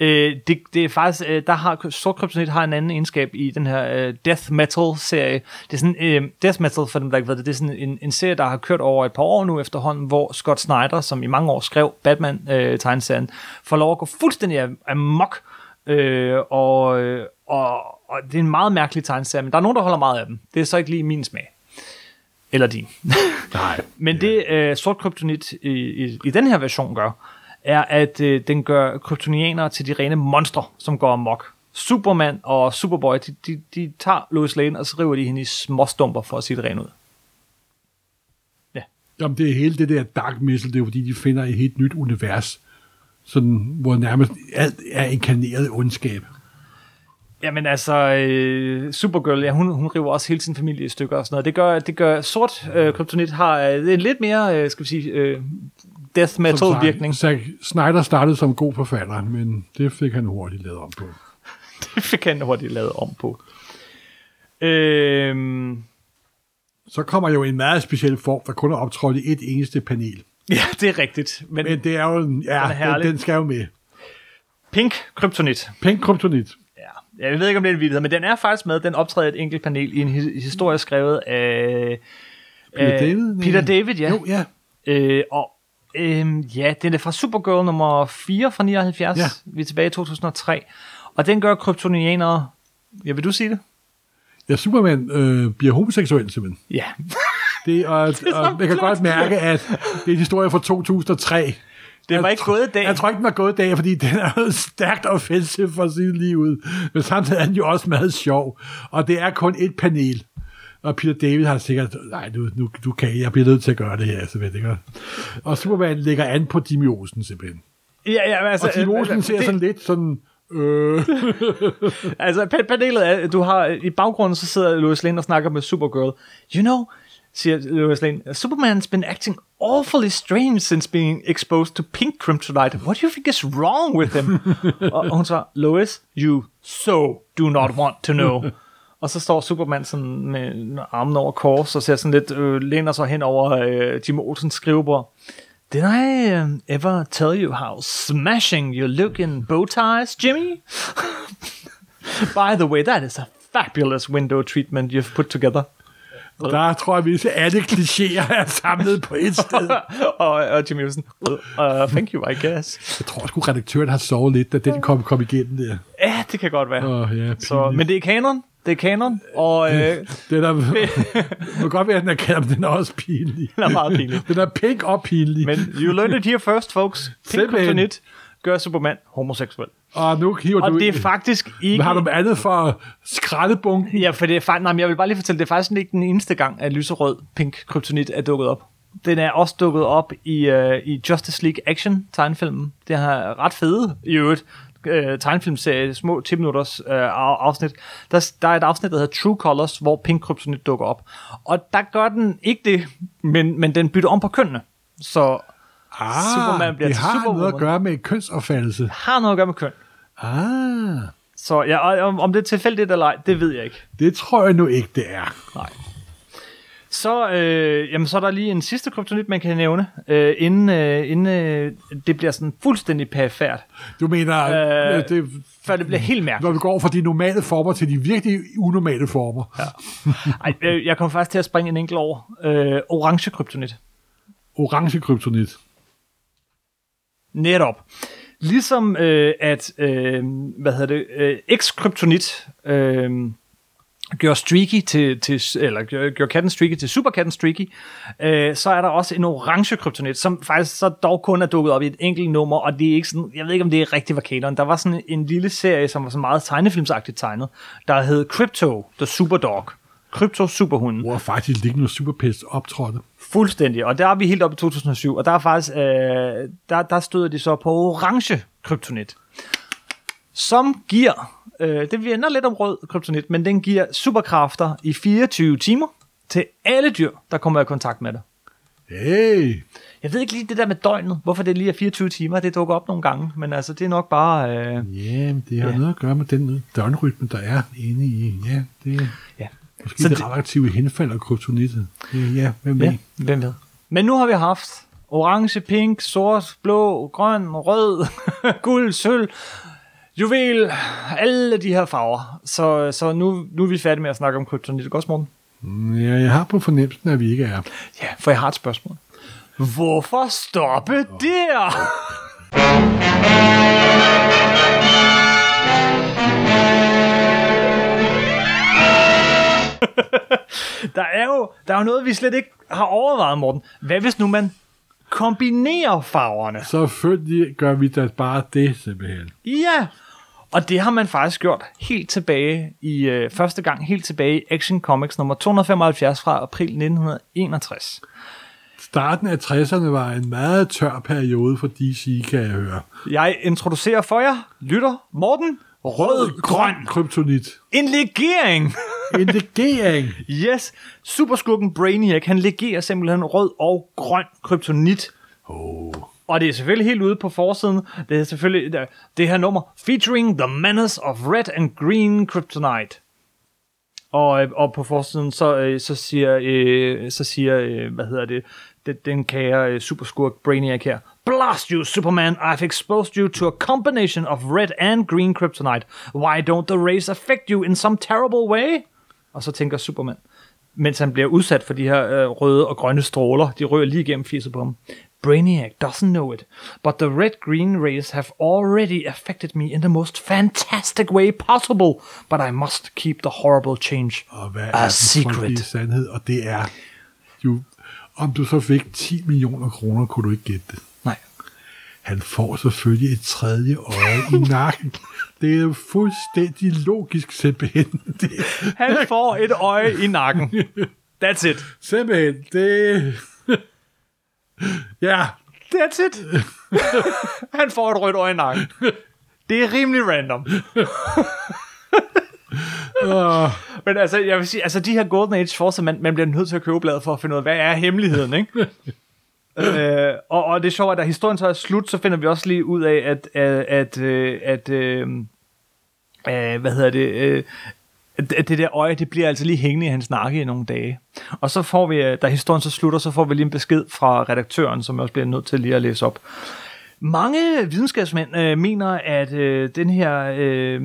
S1: Øh, det, det er faktisk, øh, der har sort kryptonit har en anden egenskab i den her øh, death metal serie. Det er sådan, øh, death metal, for dem der ikke ved det, det er sådan en, en serie, der har kørt over et par år nu efterhånden, hvor Scott Snyder, som i mange år skrev Batman øh, tegneserien, får lov at gå fuldstændig am- amok. Øh, og, øh, og, og det er en meget mærkelig tegneserie, men der er nogen, der holder meget af den. Det er så ikke lige min smag. Eller din.
S2: Nej.
S1: Men det øh, sort kryptonit i, i, i den her version gør, er at øh, den gør kryptonianere til de rene monstre, som går amok. Superman og Superboy, de, de, de tager Lois Lane, og så river de hende i småstumper, for at sige det rent ud.
S2: Jamen, det er hele det der Dark Missile, det er jo fordi, de finder et helt nyt univers, sådan, hvor nærmest alt er inkarneret ondskab.
S1: Jamen altså, øh, Supergirl, ja, hun, hun river også hele sin familie i stykker og sådan noget. Det gør, det gør sort øh, kryptonit har øh, en lidt mere, øh, skal vi sige, øh, death
S2: Som
S1: metal
S2: sagt,
S1: virkning.
S2: Zack Snyder startede som god forfatter, men det fik han hurtigt lavet om på.
S1: Det fik han hurtigt lavet om på. Øh,
S2: Så kommer jo en meget speciel form, der kun er optrådt i et eneste panel.
S1: ja, det er rigtigt. Men,
S2: Men det er jo, en- ja,
S1: er
S2: den,
S1: herlig.
S2: den, den skal jo med.
S1: Pink kryptonit.
S2: Pink Kryptonit.
S1: Ja, jeg ved ikke, om det er en vildhed, men den er faktisk med. Den optræder i et enkelt panel i en hi- historie skrevet af...
S2: Peter
S1: af
S2: David?
S1: Peter David, ja.
S2: Jo, ja.
S1: Øh, og øh, ja, den er fra Supergirl nummer 4 fra 79.
S2: Ja.
S1: Vi er tilbage i 2003. Og den gør kryptonianere... Ja, vil du sige det?
S2: Ja, Superman øh, bliver homoseksuel simpelthen.
S1: Ja.
S2: Det, og, det
S1: så
S2: og man kan
S1: klart.
S2: godt mærke, at det er en historie fra 2003.
S1: Det var
S2: Jeg
S1: ikke
S2: tr-
S1: gået i dag.
S2: Jeg tror ikke, den var gået i dag, fordi den er jo stærkt offensiv for sit liv ud. Men samtidig er den jo også meget sjov. Og det er kun et panel. Og Peter David har sikkert, nej, nu, nu, nu kan jeg, jeg bliver nødt til at gøre det her, simpelthen. Ikke? Og Superman lægger an på Jimmy Olsen, simpelthen.
S1: Ja, ja, men altså...
S2: Og Jimmy
S1: øh,
S2: Olsen
S1: altså,
S2: ser
S1: det-
S2: sådan lidt sådan, øh,
S1: Altså, pa- panelet er, du har, i baggrunden så sidder Lois Lane og snakker med Supergirl. You know, siger Lois Lane, Superman's been acting awfully strange since being exposed to pink kryptonite. What do you think is wrong with him? og, og hun svarer, Lois, you so do not want to know. Og så står Superman sådan med armen over kors og ser sådan lidt, øh, læner sig hen over øh, Jim Olsens skrivebord. Did I um, ever tell you how smashing you look in bow ties, Jimmy? By the way, that is a fabulous window treatment you've put together.
S2: der tror jeg, at alle klichéer er samlet på et sted.
S1: og, og Jimmy Olsen, uh, thank you, I guess.
S2: Jeg tror sgu, redaktøren har sovet lidt, da den kom, kom igennem der.
S1: Ja, det kan godt være.
S2: Åh, ja,
S1: så,
S2: pinligt.
S1: men det er kanon. Det er kanon, og øh,
S2: Den er, det kan godt være, at den er kaldt, men den er også pinlig.
S1: den er meget pinlig.
S2: Den er pink og pinlig.
S1: Men
S2: Men,
S1: you learned it here first, folks. Pink
S2: Simpelthen.
S1: kryptonit gør Superman homoseksuel.
S2: og nu hiver
S1: Og
S2: du...
S1: det er faktisk ikke...
S2: Men har du andet for skraldebunken?
S1: Ja, for det er faktisk... Nej, men jeg vil bare lige fortælle, det er faktisk ikke den eneste gang, at lyserød pink kryptonit er dukket op. Den er også dukket op i, øh, i Justice League Action tegnefilmen. Det har ret fede, i øvrigt, øh, tegnefilmserie, små 10 minutters øh, af- afsnit. Der, der er et afsnit, der hedder True Colors, hvor pink kryptonit dukker op. Og der gør den ikke det, men, men den bytter om på kønnene. Så
S2: Ah,
S1: Superman bliver
S2: det
S1: til
S2: har noget
S1: Superwoman.
S2: at gøre med kønsopfattelse.
S1: har noget at gøre med køn.
S2: Ah,
S1: Så ja, og om, om det er tilfældigt eller ej, det ved jeg ikke.
S2: det tror jeg nu ikke, det er.
S1: Så, øh, jamen, så er der lige en sidste kryptonit, man kan nævne, øh, inden, øh, inden øh, det bliver sådan fuldstændig perifært.
S2: Du mener,
S1: Øh,
S2: øh, det,
S1: Før det bliver helt mærkeligt.
S2: når vi går fra de normale former til de virkelig unormale former. Ja.
S1: Ej, øh, jeg kom faktisk til at springe en enkelt over. Øh, orange kryptonit.
S2: Orange kryptonit.
S1: Netop. Ligesom øh, at, øh, hvad hedder det, øh, X-kryptonit, øh, gjorde Streaky til, til eller gjorde gjorde katten Streaky til superkatten Streaky, øh, så er der også en orange kryptonit, som faktisk så dog kun er dukket op i et enkelt nummer, og det er ikke sådan, jeg ved ikke, om det er rigtig var kanonen. Der var sådan en lille serie, som var sådan meget tegnefilmsagtigt tegnet, der hed Crypto, The Superdog. Crypto Superhunden.
S2: Hvor faktisk Ligno Superpest optrådte.
S1: Fuldstændig, og der er vi helt oppe i 2007, og der er faktisk, øh, der, der støder de så på orange kryptonit, som giver, øh, det vi ender lidt om rød kryptonit, men den giver superkræfter i 24 timer til alle dyr, der kommer i kontakt med det.
S2: Hey!
S1: Jeg ved ikke lige det der med døgnet, hvorfor det lige er 24 timer, det dukker op nogle gange, men altså det er nok bare... Øh,
S2: Jamen, det har noget at gøre med den øh, døgnrytme, der er inde i. Ja, det,
S1: ja.
S2: måske
S1: Så
S2: så det
S1: det-
S2: radioaktive henfald af kryptonittet. Ja, ja, hvem ved?
S1: Ja, hvem ved. Men nu har vi haft orange, pink, sort, blå, grøn, rød, guld, sølv, juvel, alle de her farver. Så, så nu, nu er vi færdige med at snakke om kryptonit. Godt morgen.
S2: Mm, Ja, jeg har på fornemmelsen, at vi ikke er.
S1: Ja, for jeg har et spørgsmål. Hvorfor stoppe der? der, er jo, der er jo noget, vi slet ikke har overvejet, Morten. Hvad hvis nu man kombinerer farverne?
S2: Selvfølgelig gør vi da bare det, simpelthen.
S1: Ja, og det har man faktisk gjort helt tilbage i øh, første gang, helt tilbage i Action Comics nummer 275 fra april 1961.
S2: Starten af 60'erne var en meget tør periode for DC, kan jeg høre.
S1: Jeg introducerer for jer, lytter Morten, rød-grøn.
S2: Kryptonit.
S1: En legering!
S2: En legering.
S1: Yes, superskurken Brainiac, han legerer simpelthen rød og grøn kryptonit. Oh. Og det er selvfølgelig helt ude på forsiden. Det er selvfølgelig der- det her nummer, featuring the menace of red and green kryptonite. Og, øh, og på forsiden, så, øh, så siger, øh, så siger øh, hvad hedder det, den, den kære øh, superskurk Brainiac her. Blast you, Superman! I've exposed you to a combination of red and green kryptonite. Why don't the rays affect you in some terrible way? Og så tænker Superman, mens han bliver udsat for de her øh, røde og grønne stråler, de rører lige igennem fjeset på ham. Brainiac doesn't know it, but the red-green rays have already affected me in the most fantastic way possible, but I must keep the horrible change
S2: Og hvad er
S1: a
S2: den
S1: secret.
S2: frygtelige sandhed? Og det er jo, om du så fik 10 millioner kroner, kunne du ikke gætte det.
S1: Nej.
S2: Han får selvfølgelig et tredje øje i nakken. Det er jo fuldstændig logisk simpelthen. Det,
S1: Han får et øje i nakken. That's it.
S2: simpelthen, det... ja,
S1: That's it. han får et rødt øje i nakken. Det er rimelig random.
S2: Øh.
S1: Men altså, jeg vil sige, altså de her Golden Age Force, man, man bliver nødt til at købe bladet for at finde ud af, hvad er hemmeligheden, ikke? øh, og, og det er sjovt, at da historien så er slut, så finder vi også lige ud af, at, at, at, øh, at øh, øh, hvad hedder det, øh, at- at det der øje, det bliver altså lige hængende i hans nakke i nogle dage. Og så får vi, øh, da historien så slutter, så får vi lige en besked fra redaktøren, som jeg også bliver nødt til lige at læse op. Mange videnskabsmænd øh, mener, at øh, den her... Øh,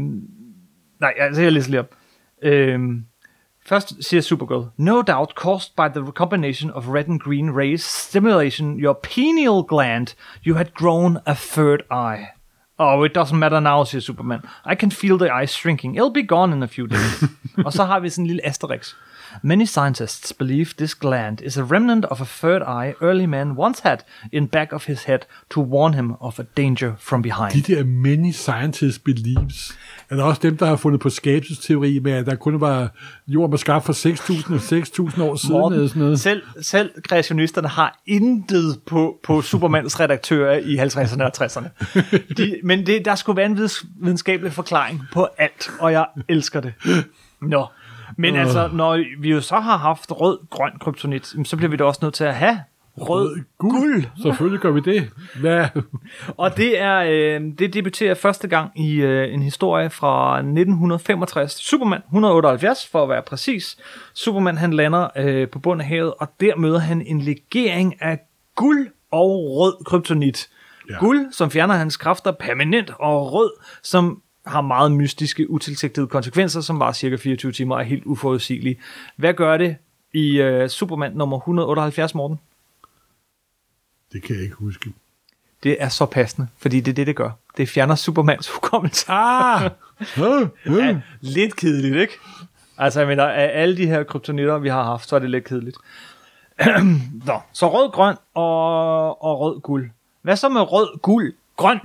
S1: Nej, altså jeg læser lige op. Øhm, først siger Supergirl, No doubt caused by the combination of red and green rays stimulation your pineal gland, you had grown a third eye. Oh, it doesn't matter now, siger Superman. I can feel the eye shrinking. It'll be gone in a few days. Og så har vi sådan en lille asterix. Many scientists believe this gland is a remnant of a third eye early man once had in back of his head to warn him of a danger from behind.
S2: de der many scientists believes, er der også dem, der har fundet på skabelsesteori med, at der kun var jorden var skabt for 6.000 og 6.000 år siden. eller sådan noget.
S1: Selv, selv kreationisterne har intet på, på Supermans redaktører i 50'erne og 60'erne. De, men det, der skulle være en vids- videnskabelig forklaring på alt, og jeg elsker det. Nå. Men
S2: Øh.
S1: altså, når vi jo så har haft rød-grøn kryptonit, jamen, så bliver vi da også nødt til at have rød
S2: Guld. Selvfølgelig gør vi det. Hvad?
S1: og det er øh, det debuterer første gang i øh, en historie fra 1965. Superman 178 for at være præcis. Superman han lander øh, på bunden af havet og der møder han en legering af guld og rød kryptonit. Ja.
S2: Ja.
S1: Guld som fjerner hans kræfter permanent og rød som har meget mystiske, utilsigtede konsekvenser, som var cirka 24 timer og er helt uforudsigelige. Hvad gør det i øh, Superman nummer 178, Morten?
S2: Det kan jeg ikke huske.
S1: Det er så passende, fordi det er det, det gør. Det fjerner Supermans hukommelse.
S2: Ah! Huh? Huh?
S1: Lidt kedeligt, ikke? Altså, jeg mener, af alle de her kryptonitter, vi har haft, så er det lidt kedeligt. Nå, så rød, grøn og, og rød, guld. Hvad så med rød, guld, grøn?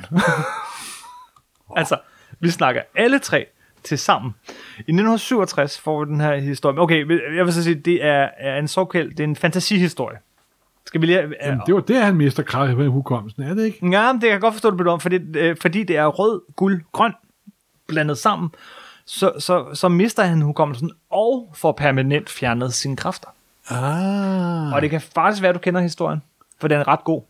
S1: altså, vi snakker alle tre til sammen. I 1967 får vi den her historie. Okay, jeg vil så sige, det er, er en såkaldt, det er en fantasihistorie. Skal vi lige...
S2: Jamen, det var der, han mister kraft med hukommelsen, er det ikke?
S1: Ja, men det kan jeg godt forstå, det blev om, fordi, øh, fordi det er rød, guld, grøn blandet sammen, så, så, så mister han hukommelsen og får permanent fjernet sine kræfter.
S2: Ah,
S1: Og det kan faktisk være, at du kender historien, for den er ret god.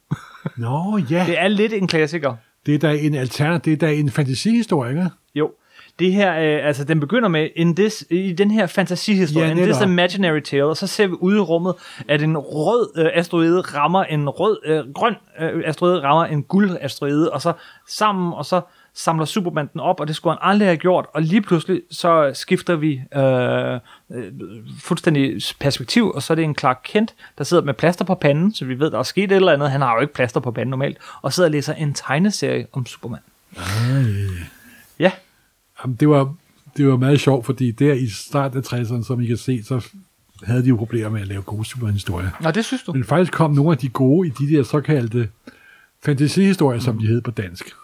S2: nå ja.
S1: Det er lidt en klassiker.
S2: Det er da en alter, det er da en fantasihistorie, ikke?
S1: Jo. Det her, øh, altså den begynder med, in this, i den her fantasihistorie,
S2: Ja,
S1: in this
S2: netop.
S1: imaginary tale, og så ser vi ude i rummet, at en rød øh, asteroide rammer en rød, øh, grøn øh, asteroide rammer en guld asteroide, og så sammen, og så samler Superman den op, og det skulle han aldrig have gjort, og lige pludselig så skifter vi øh, øh, fuldstændig perspektiv, og så er det en Clark Kent, der sidder med plaster på panden, så vi ved, der er sket et eller andet, han har jo ikke plaster på panden normalt, og sidder og læser en tegneserie om Superman. Ja,
S2: Jamen, det var, det var meget sjovt, fordi der i starten af 60'erne, som I kan se, så havde de jo problemer med at lave gode superhistorier.
S1: Nå, det synes du.
S2: Men faktisk kom nogle af de gode i de der såkaldte fantasihistorier, som de hed på dansk.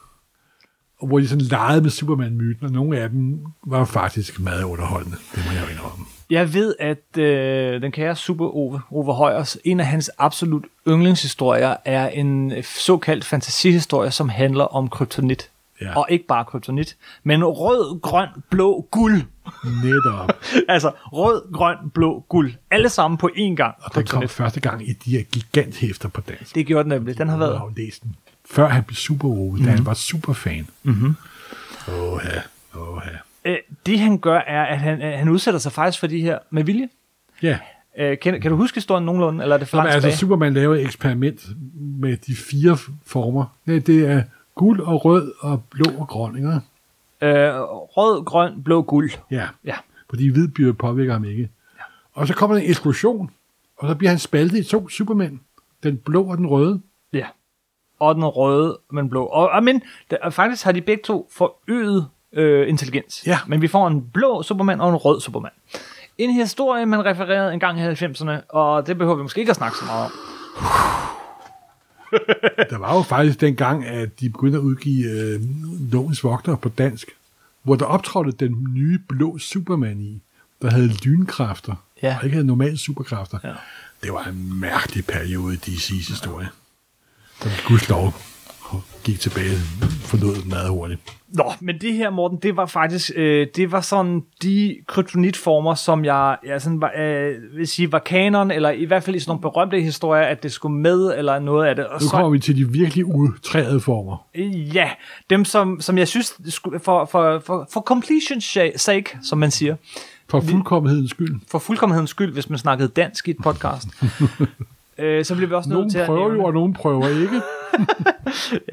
S2: Og hvor de sådan legede med Superman-myten, og nogle af dem var faktisk meget underholdende. Det må jeg jo indrømme.
S1: Jeg ved, at øh, den kære Super Ove, Ove Højers, en af hans absolut yndlingshistorier, er en øh, såkaldt fantasihistorie, som handler om kryptonit.
S2: Ja.
S1: Og ikke bare kryptonit, men rød, grøn, blå, guld.
S2: Netop.
S1: altså rød, grøn, blå, guld. Alle sammen på én gang.
S2: Og den kom
S1: kryptonit.
S2: første gang i de her giganthæfter på dansk.
S1: Det gjorde den nemlig. Den har
S2: Jeg har
S1: været... Mhm.
S2: jo læst den, før han blev super mm-hmm. da han var superfan. Mm-hmm. Åh, ja. Åh, ja.
S1: Øh, det han gør, er, at han, øh, han udsætter sig faktisk for de her med vilje.
S2: Ja,
S1: Øh, kan, kan du huske historien nogenlunde, eller er det for
S2: Jamen,
S1: langt
S2: altså
S1: tilbage?
S2: Superman lavede et eksperiment med de fire former. Ja, det er guld og rød og blå og grøn, ikke?
S1: Øh, rød, grøn, blå, guld.
S2: Ja.
S1: Ja.
S2: Fordi hvid bliver påvirker ham ikke. Ja. Og så kommer der en eksplosion, og så bliver han spaltet i to Superman. Den blå og den røde.
S1: Ja. Og den røde, men blå. Og, og men der, og faktisk har de begge to forøget øh, intelligens.
S2: Ja.
S1: Men vi får en blå Superman og en rød Superman. En historie, man refererede en gang i 90'erne, og det behøver vi måske ikke at snakke så meget om.
S2: Der var jo faktisk dengang, at de begyndte at udgive øh, Lovens Vogter på dansk, hvor der optrådte den nye blå Superman i, der havde lynkræfter,
S1: Ja.
S2: og ikke havde normale superkræfter. Ja. Det var en mærkelig periode i DC's historie. Som gudslov gik tilbage forlod den meget hurtigt.
S1: Nå, men det her, Morten, det var faktisk, øh, det var sådan de kryptonitformer, som jeg, jeg sådan var, øh, vil sige, var kanon, eller i hvert fald i sådan nogle berømte historier, at det skulle med, eller noget af det. Og
S2: Nu
S1: så-
S2: kommer vi til de virkelig utræede former.
S1: Ja, dem som, som jeg synes, skulle- for, for, for, for completion sake, som man siger,
S2: For fuldkommenhedens skyld.
S1: for fuldkommenhedens skyld, hvis man snakkede dansk i et podcast, øh, så bliver vi også nødt
S2: Nogen
S1: til at
S2: prøver
S1: nævne-
S2: jo, og nogen prøver ikke.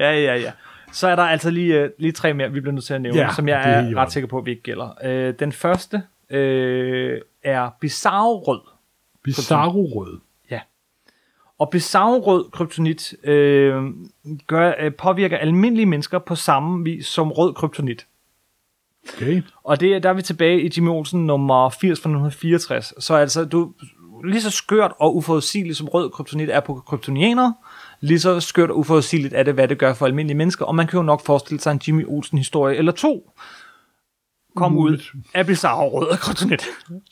S1: Ja, ja, ja. Så er der altså lige, øh, lige tre mere, vi bliver nødt til at nævne,
S2: Ja,
S1: ja, som jeg
S2: det er i
S1: er
S2: orden.
S1: ret sikker på, at vi ikke gælder. Øh, den første øh, er Bizarro Rød.
S2: Bizarro rød.
S1: Og bizarro-rød kryptonit øh, gør, øh, påvirker almindelige mennesker på samme vis som rød kryptonit.
S2: Okay.
S1: Og det, er- der er vi tilbage i Jimmy Olsen nummer 80 fra 1964. Så altså, du lige så skørt og uforudsigeligt som rød kryptonit er på kryptonianere, lige så skørt og uforudsigeligt er det, hvad det gør for almindelige mennesker, og man kan jo nok forestille sig en Jimmy Olsen-historie eller to, kom ud
S2: Muligt.
S1: af bizarre rød og kryptonit.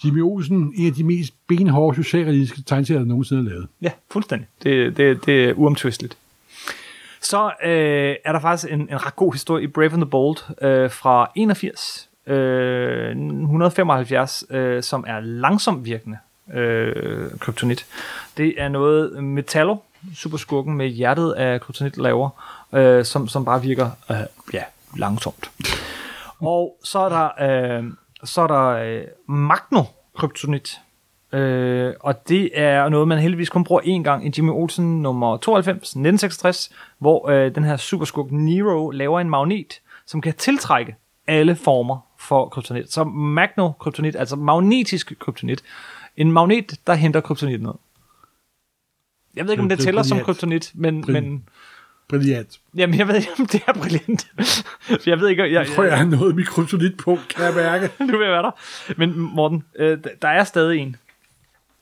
S2: Jimmy Olsen, en af de mest benhårde socialrealistiske tegneserier, der nogensinde er lavet.
S1: Ja, fuldstændig. Det, det, det er uomtvisteligt. Så øh, er der faktisk en, en ret god historie i Brave and the Bold øh, fra 81, øh, 175, øh, som er langsomt virkende øh, kryptonit. Det er noget Metallo, superskurken med hjertet af kryptonit laver, øh, som, som bare virker øh, ja, langsomt. Og så er der, øh, så er der øh, Magno Kryptonit. Øh, og det er noget, man heldigvis kun bruger én gang i Jimmy Olsen nummer 92, 1966, hvor øh, den her superskurk Nero laver en magnet, som kan tiltrække alle former for kryptonit. Så magno kryptonit, altså magnetisk kryptonit. En magnet, der henter kryptonit ned. Jeg ved ikke, om det
S2: Det er
S1: tæller som
S2: brilliant.
S1: kryptonit, men,
S2: Brilliant.
S1: men
S2: Brilliant.
S1: Jamen, jeg ved ikke, om det er brillant. For jeg ved ikke, jeg, jeg,
S2: Jeg tror, jeg har nået mit kryptonit på, kan jeg mærke.
S1: nu vil jeg være der. Men Morten, øh, d- der er stadig en.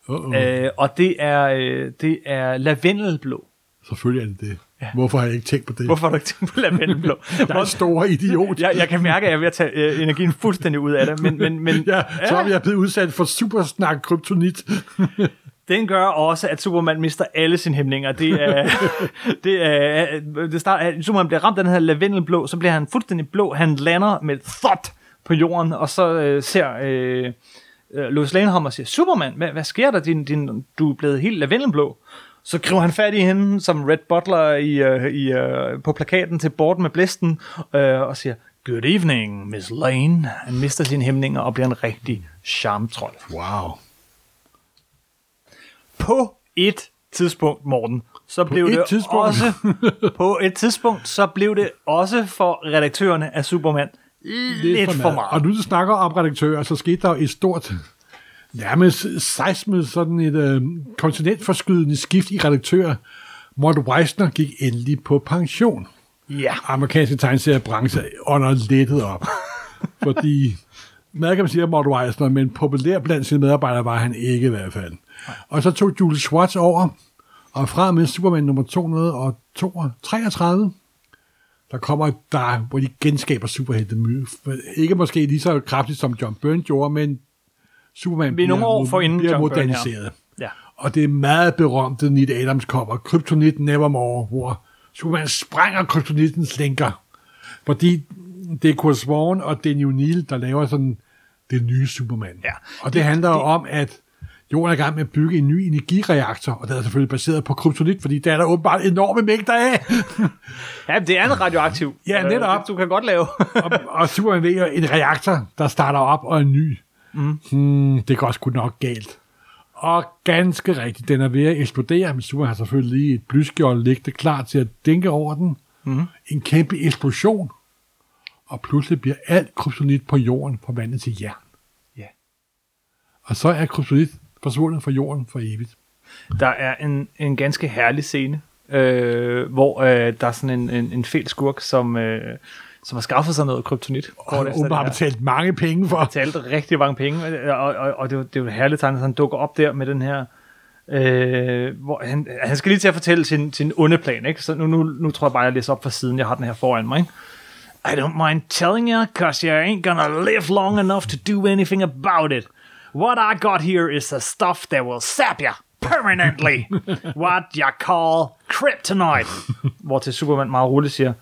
S2: Uh-oh.
S1: Øh, og det er, øh, det er lavendelblå.
S2: Selvfølgelig er det det. Hvorfor har jeg ikke tænkt på det?
S1: Hvorfor har du ikke tænkt på lavendelblå? Der
S2: Jeg er en
S1: er,
S2: stor idiot.
S1: jeg, jeg kan mærke, at jeg er ved at tage øh, energien fuldstændig ud af det, men, men, men
S2: ja, så er jeg blevet udsat for supersnak kryptonit.
S1: den gør også, at Superman mister alle sine hæmninger. Det er, det er, det starter, Superman bliver ramt af den her lavendelblå, så bliver han fuldstændig blå. Han lander med et thot på jorden, og så øh, ser øh, øh, Lois Lanehammer og siger, Superman, hvad, hvad sker der? Din, din, du er blevet helt lavendelblå. Så griber han fat i hende, som Red Butler i, øh, i, øh, på plakaten til Bort med blæsten, øh, og siger, Good evening, Miss Lane. Han mister sine hæmninger og bliver en rigtig charmtrold
S2: Wow.
S1: på et tidspunkt, Morten, så blev
S2: et
S1: det
S2: tidspunkt.
S1: også på et tidspunkt, så blev det også for redaktørerne af Superman lidt, lidt for meget.
S2: Og nu du snakker om redaktører, så skete der jo et stort, nærmest seismet, sådan et øh, kontinentforskydende skift i redaktører. Mort Weisner gik endelig på pension.
S1: Ja.
S2: Amerikanske tegneseriebranche ånder lettet op. fordi, hvad kan man sige om Mort Weisner, men populær blandt sine medarbejdere var han ikke i hvert fald. Og så tog Julie Schwartz over, og fra og med Superman nummer 233, der kommer der, hvor de genskaber superhelte my- Ikke måske lige så kraftigt som John Byrne gjorde, men Superman
S1: Vi er nogle år
S2: mo-
S1: forinden
S2: bliver
S1: John Byrne her.
S2: moderniseret.
S1: Ja.
S2: Og det er meget berømte Neil Adams cover, Kryptonit Nevermore, hvor Superman sprænger kryptonitens lænker. Fordi det er Kurt Swan og Daniel Neal, der laver sådan det nye Superman.
S1: Ja.
S2: Og det handler jo om, at jorden er i gang med at bygge en ny energireaktor, og den er altså selvfølgelig baseret på kryptonit, fordi der er der åbenbart enorme mængder af.
S1: ja, det er en radioaktiv.
S2: Ja,
S1: øh,
S2: netop.
S1: Du kan godt lave.
S2: og, og Superman ved jo, en reaktor, der starter op og er ny. Mm. Hmm, det går sgu nok galt. Og ganske rigtigt, den er ved at eksplodere, men Superman har selvfølgelig lige et blyskjold liggende klar til at dænke over den. Mm. En kæmpe eksplosion. Og pludselig bliver alt kryptonit på jorden forvandlet til jern.
S1: Ja.
S2: Og så er kryptonit forsvundet fra jorden for evigt.
S1: Der er en, en ganske herlig scene, øh, hvor øh, der er sådan en, en, en fæl skurk, som, øh, som har skaffet sig noget kryptonit.
S2: Og
S1: kort
S2: han
S1: efter
S2: åbenbart har
S1: det her.
S2: betalt mange penge for.
S1: betalte rigtig mange penge, og, og, og det, er jo- det er jo herligt tegnet, at han dukker op der med den her... Øh, hvor han, han skal lige til at fortælle sin, sin onde plan, ikke? Så nu, nu, nu tror jeg bare, jeg læser op fra siden, jeg har den her foran mig, ikke? I don't mind telling you, cause you ain't gonna live long enough to do anything about it. What I got here is the stuff that will sap you permanently. What you call kryptonite. Hvor til Superman meget roligt siger,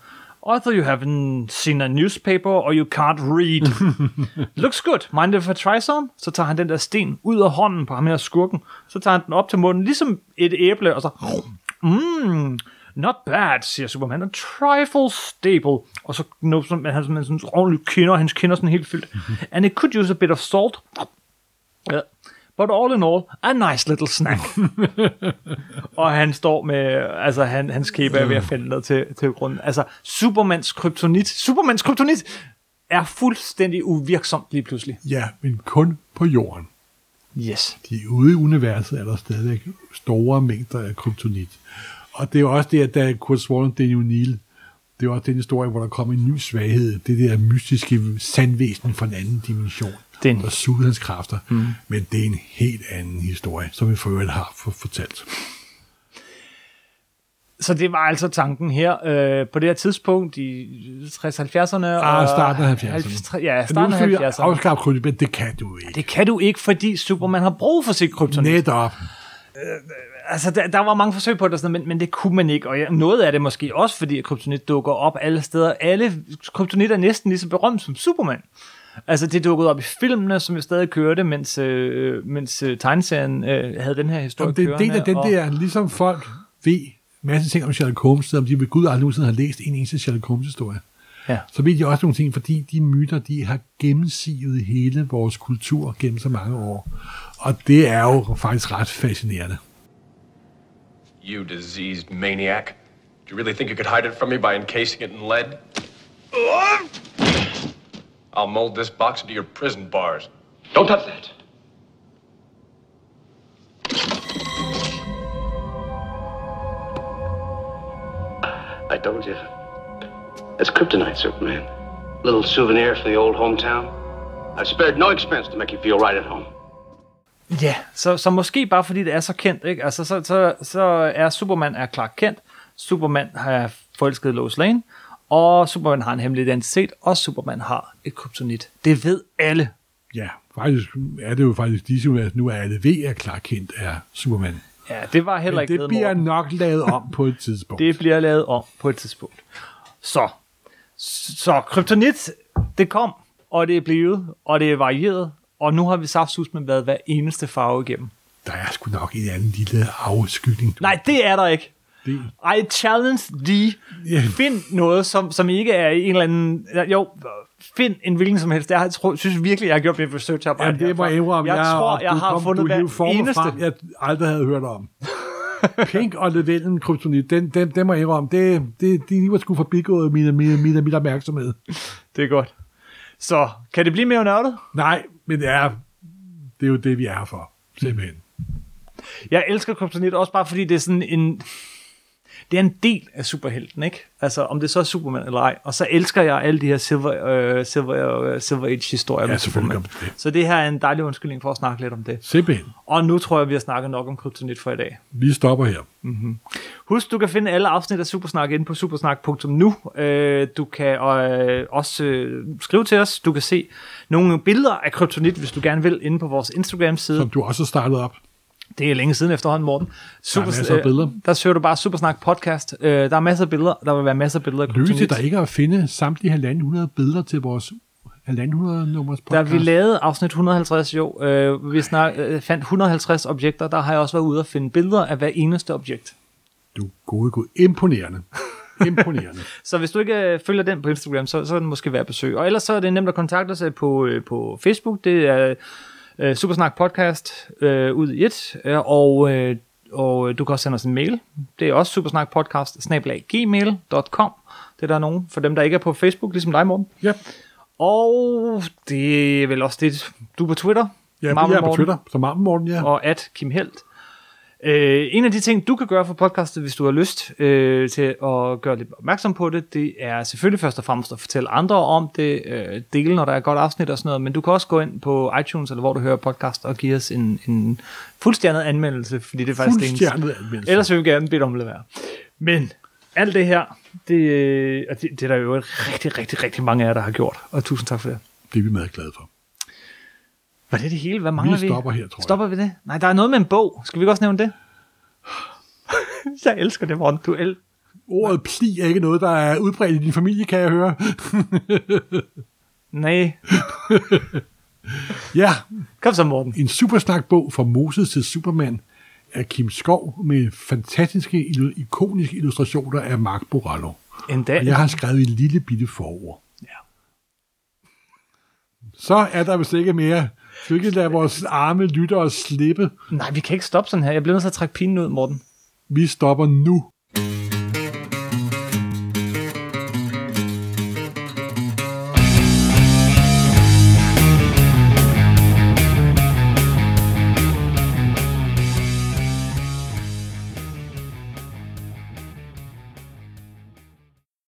S1: Either you haven't seen a newspaper, or you can't read. Looks good. Mind if I try some? Så tager han den der sten ud af hånden på ham her skurken. Så tager han den op til munden, ligesom et æble, og så... Mm, not bad, siger Superman. A trifle stable. Og så knupser han, han sådan, sådan ordentligt kinder, og hans kinder sådan helt fyldt. And it could use a bit of salt. Ja. But all in all, a nice little snack. og han står med, altså han, hans kæbe er ved at falde ned til, til grunden. Altså, Supermans kryptonit, Supermans kryptonit er fuldstændig uvirksomt lige pludselig.
S2: Ja, men kun på jorden.
S1: Yes.
S2: de ude i universet er der stadigvæk store mængder af kryptonit. Og det er jo også det, at da Kurt Swan og Daniel Neal, det er jo også den historie, hvor der kom en ny svaghed, det der mystiske sandvæsen fra en anden dimension,
S1: Den-
S2: og sugede hans kræfter. Mm. Men det er en helt anden historie, som vi for øvrigt har for- fortalt.
S1: Så det var altså tanken her øh, på det her tidspunkt i 60-70'erne.
S2: Ah, starten af 70'erne.
S1: Ja,
S2: Men nu
S1: starten
S2: skal vi
S1: af 70'erne.
S2: afskaffe kryptonit, men det kan du ikke.
S1: Det kan du ikke, fordi Superman har brug for sit kryptonit.
S2: Netop.
S1: Altså, der, der var mange forsøg på det, og sådan, noget, men, men det kunne man ikke. Og ja, noget af det måske også, fordi at kryptonit dukker op alle steder. Alle kryptonit er næsten lige så berømt som Superman. Altså, det dukkede op i filmene, som jo stadig kørte, mens, øh, mens øh, tegneserien øh, havde den her historie
S2: Jamen, det er en del
S1: kørende,
S2: af den
S1: og-
S2: der, ligesom folk ved masse ting om Sherlock Holmes, selvom de ved Gud aldrig nogensinde har læst en eneste Sherlock Holmes-historie.
S1: Ja.
S2: Så ved de også nogle ting, fordi de myter, de har gennemsivet hele vores kultur gennem så mange år. Og det er jo faktisk ret fascinerende.
S10: You diseased maniac. Do you really think you could hide it from me by encasing it in lead? I'll mold this box into your prison bars. Don't touch that.
S5: I
S11: told you. That's kryptonite, Superman. Little souvenir from the old hometown. I've spared no expense to make you feel right at home.
S1: Ja, så, så måske bare fordi det er så kendt, ikke? Altså, så, så, så er Superman er Clark Kent, Superman har forelsket Lois Lane, og Superman har en hemmelig identitet, og Superman har et kryptonit. Det ved alle.
S2: Ja, faktisk er det jo faktisk disse univers, nu er alle ved, at Clark Kent er Superman.
S1: Ja, det var heller
S2: Men
S1: ikke
S2: det
S1: ved
S2: bliver
S1: Morten.
S2: nok lavet om på et tidspunkt.
S1: Det bliver lavet om på et tidspunkt. Så, så kryptonit, det kom, og det er blevet, og det er varieret, og nu har vi saftsus med været hver eneste farve igennem.
S2: Der er sgu nok en anden lille afskygning.
S1: Nej, det er der ikke.
S2: Det-
S1: I challenge de.
S2: Ja.
S1: Find noget, som, som ikke er en eller anden... Jo, find en hvilken som helst. Jeg tror, synes virkelig, jeg har gjort mit researcharbejde.
S2: Jamen, det må jeg
S1: herfra.
S2: indrømme.
S1: Jeg, tror,
S2: og
S1: jeg
S2: du
S1: har
S2: kom-
S1: fundet
S2: du
S1: hver
S2: hivede former
S1: eneste.
S2: Frem, jeg aldrig havde hørt om. Pink og Levellen kryptonit, den, den, den må jeg indrømme. Det, det, de var sgu forbigået min, min, min, min opmærksomhed.
S1: Det er godt. Så, kan det blive mere nørdet?
S2: Nej, men det er, det er jo det, vi er her for. Simpelthen.
S1: Jeg elsker kryptonit også bare fordi det er sådan en det er en del af superhelten, ikke? Altså om det så er Superman eller ej. Og så elsker jeg alle de her Silver, øh, silver, øh, silver Age historier
S2: Ja,
S1: med
S2: selvfølgelig
S1: Superman.
S2: gør man
S1: Så det her er en dejlig undskyldning for at snakke lidt om det.
S2: Simpelthen.
S1: Og nu tror jeg, vi har snakket nok om kryptonit for i dag.
S2: Vi stopper her.
S1: Mm-hmm. Husk, du kan finde alle afsnit af Supersnak inde på supersnak.nu. Øh, du kan øh, også øh, skrive til os. Du kan se nogle billeder af kryptonit, hvis du gerne vil, inde på vores Instagram-side.
S2: Som du også har startet op.
S1: Det er længe siden efterhånden, Morten.
S2: Der er masser af
S1: øh,
S2: billeder.
S1: Der søger du bare Supersnak podcast. Øh, der er masser af billeder. Der vil være masser af billeder af
S2: Lykke
S1: kryptonit.
S2: der ikke at finde samtlige 1.500 billeder til vores 1.500 nummers
S1: Da
S2: podcast.
S1: vi lavede afsnit 150, jo, øh, vi snak, øh, fandt 150 objekter, der har jeg også været ude og finde billeder af hver eneste objekt.
S2: Du gode, gode. Imponerende. Imponerende.
S1: Så hvis du ikke øh, følger den på Instagram, så, så er den måske værd at besøge. Og ellers så er det nemt at kontakte os øh, på, øh, på Facebook. Det er øh, Supersnak Podcast øh, ud i et. Øh, og, øh, og øh, du kan også sende os en mail. Det er også supersnakpodcast gmail.com. Det er der nogen for dem, der ikke er på Facebook, ligesom dig, Morten.
S2: Ja.
S1: Og det er vel også det, du er på Twitter.
S2: Ja,
S1: Marvel
S2: jeg er på
S1: Morten
S2: Twitter, som Marvel Morten, ja.
S1: og at Kim Helt. Øh, en af de ting, du kan gøre for podcastet, hvis du har lyst øh, til at gøre lidt opmærksom på det, det er selvfølgelig først og fremmest at fortælle andre om det, øh, dele, når der er et godt afsnit og sådan noget, men du kan også gå ind på iTunes, eller hvor du hører podcast, og give os en, en fuldstjernet anmeldelse, fordi det er faktisk
S2: Fuldstjernet anmeldelse.
S1: Ellers vil vi gerne bede dig om at lade være. Men alt det her, det, øh, og det, det er der jo rigtig, rigtig, rigtig mange af jer, der har gjort, og tusind tak for det.
S2: Det er vi meget glade for.
S1: Var det det hele? Hvad mangler vi?
S2: stopper her, tror jeg.
S1: Stopper vi det? Nej, der er noget med en bog. Skal vi ikke også nævne det? jeg elsker det, Morten. Du el-
S2: Ordet pli er ikke noget, der er udbredt i din familie, kan jeg høre.
S1: Nej.
S2: ja.
S1: Kom så, Morten.
S2: En supersnakbog fra Moses til Superman af Kim Skov med fantastiske, illu- ikoniske illustrationer af Mark Borallo.
S1: En dag.
S2: Og jeg har skrevet en lille bitte forord. Ja. Så er der vist ikke mere. Du ikke lade vores arme lytte og slippe.
S1: Nej, vi kan ikke stoppe sådan her. Jeg bliver nødt til at trække pinen ud, Morten.
S2: Vi stopper nu.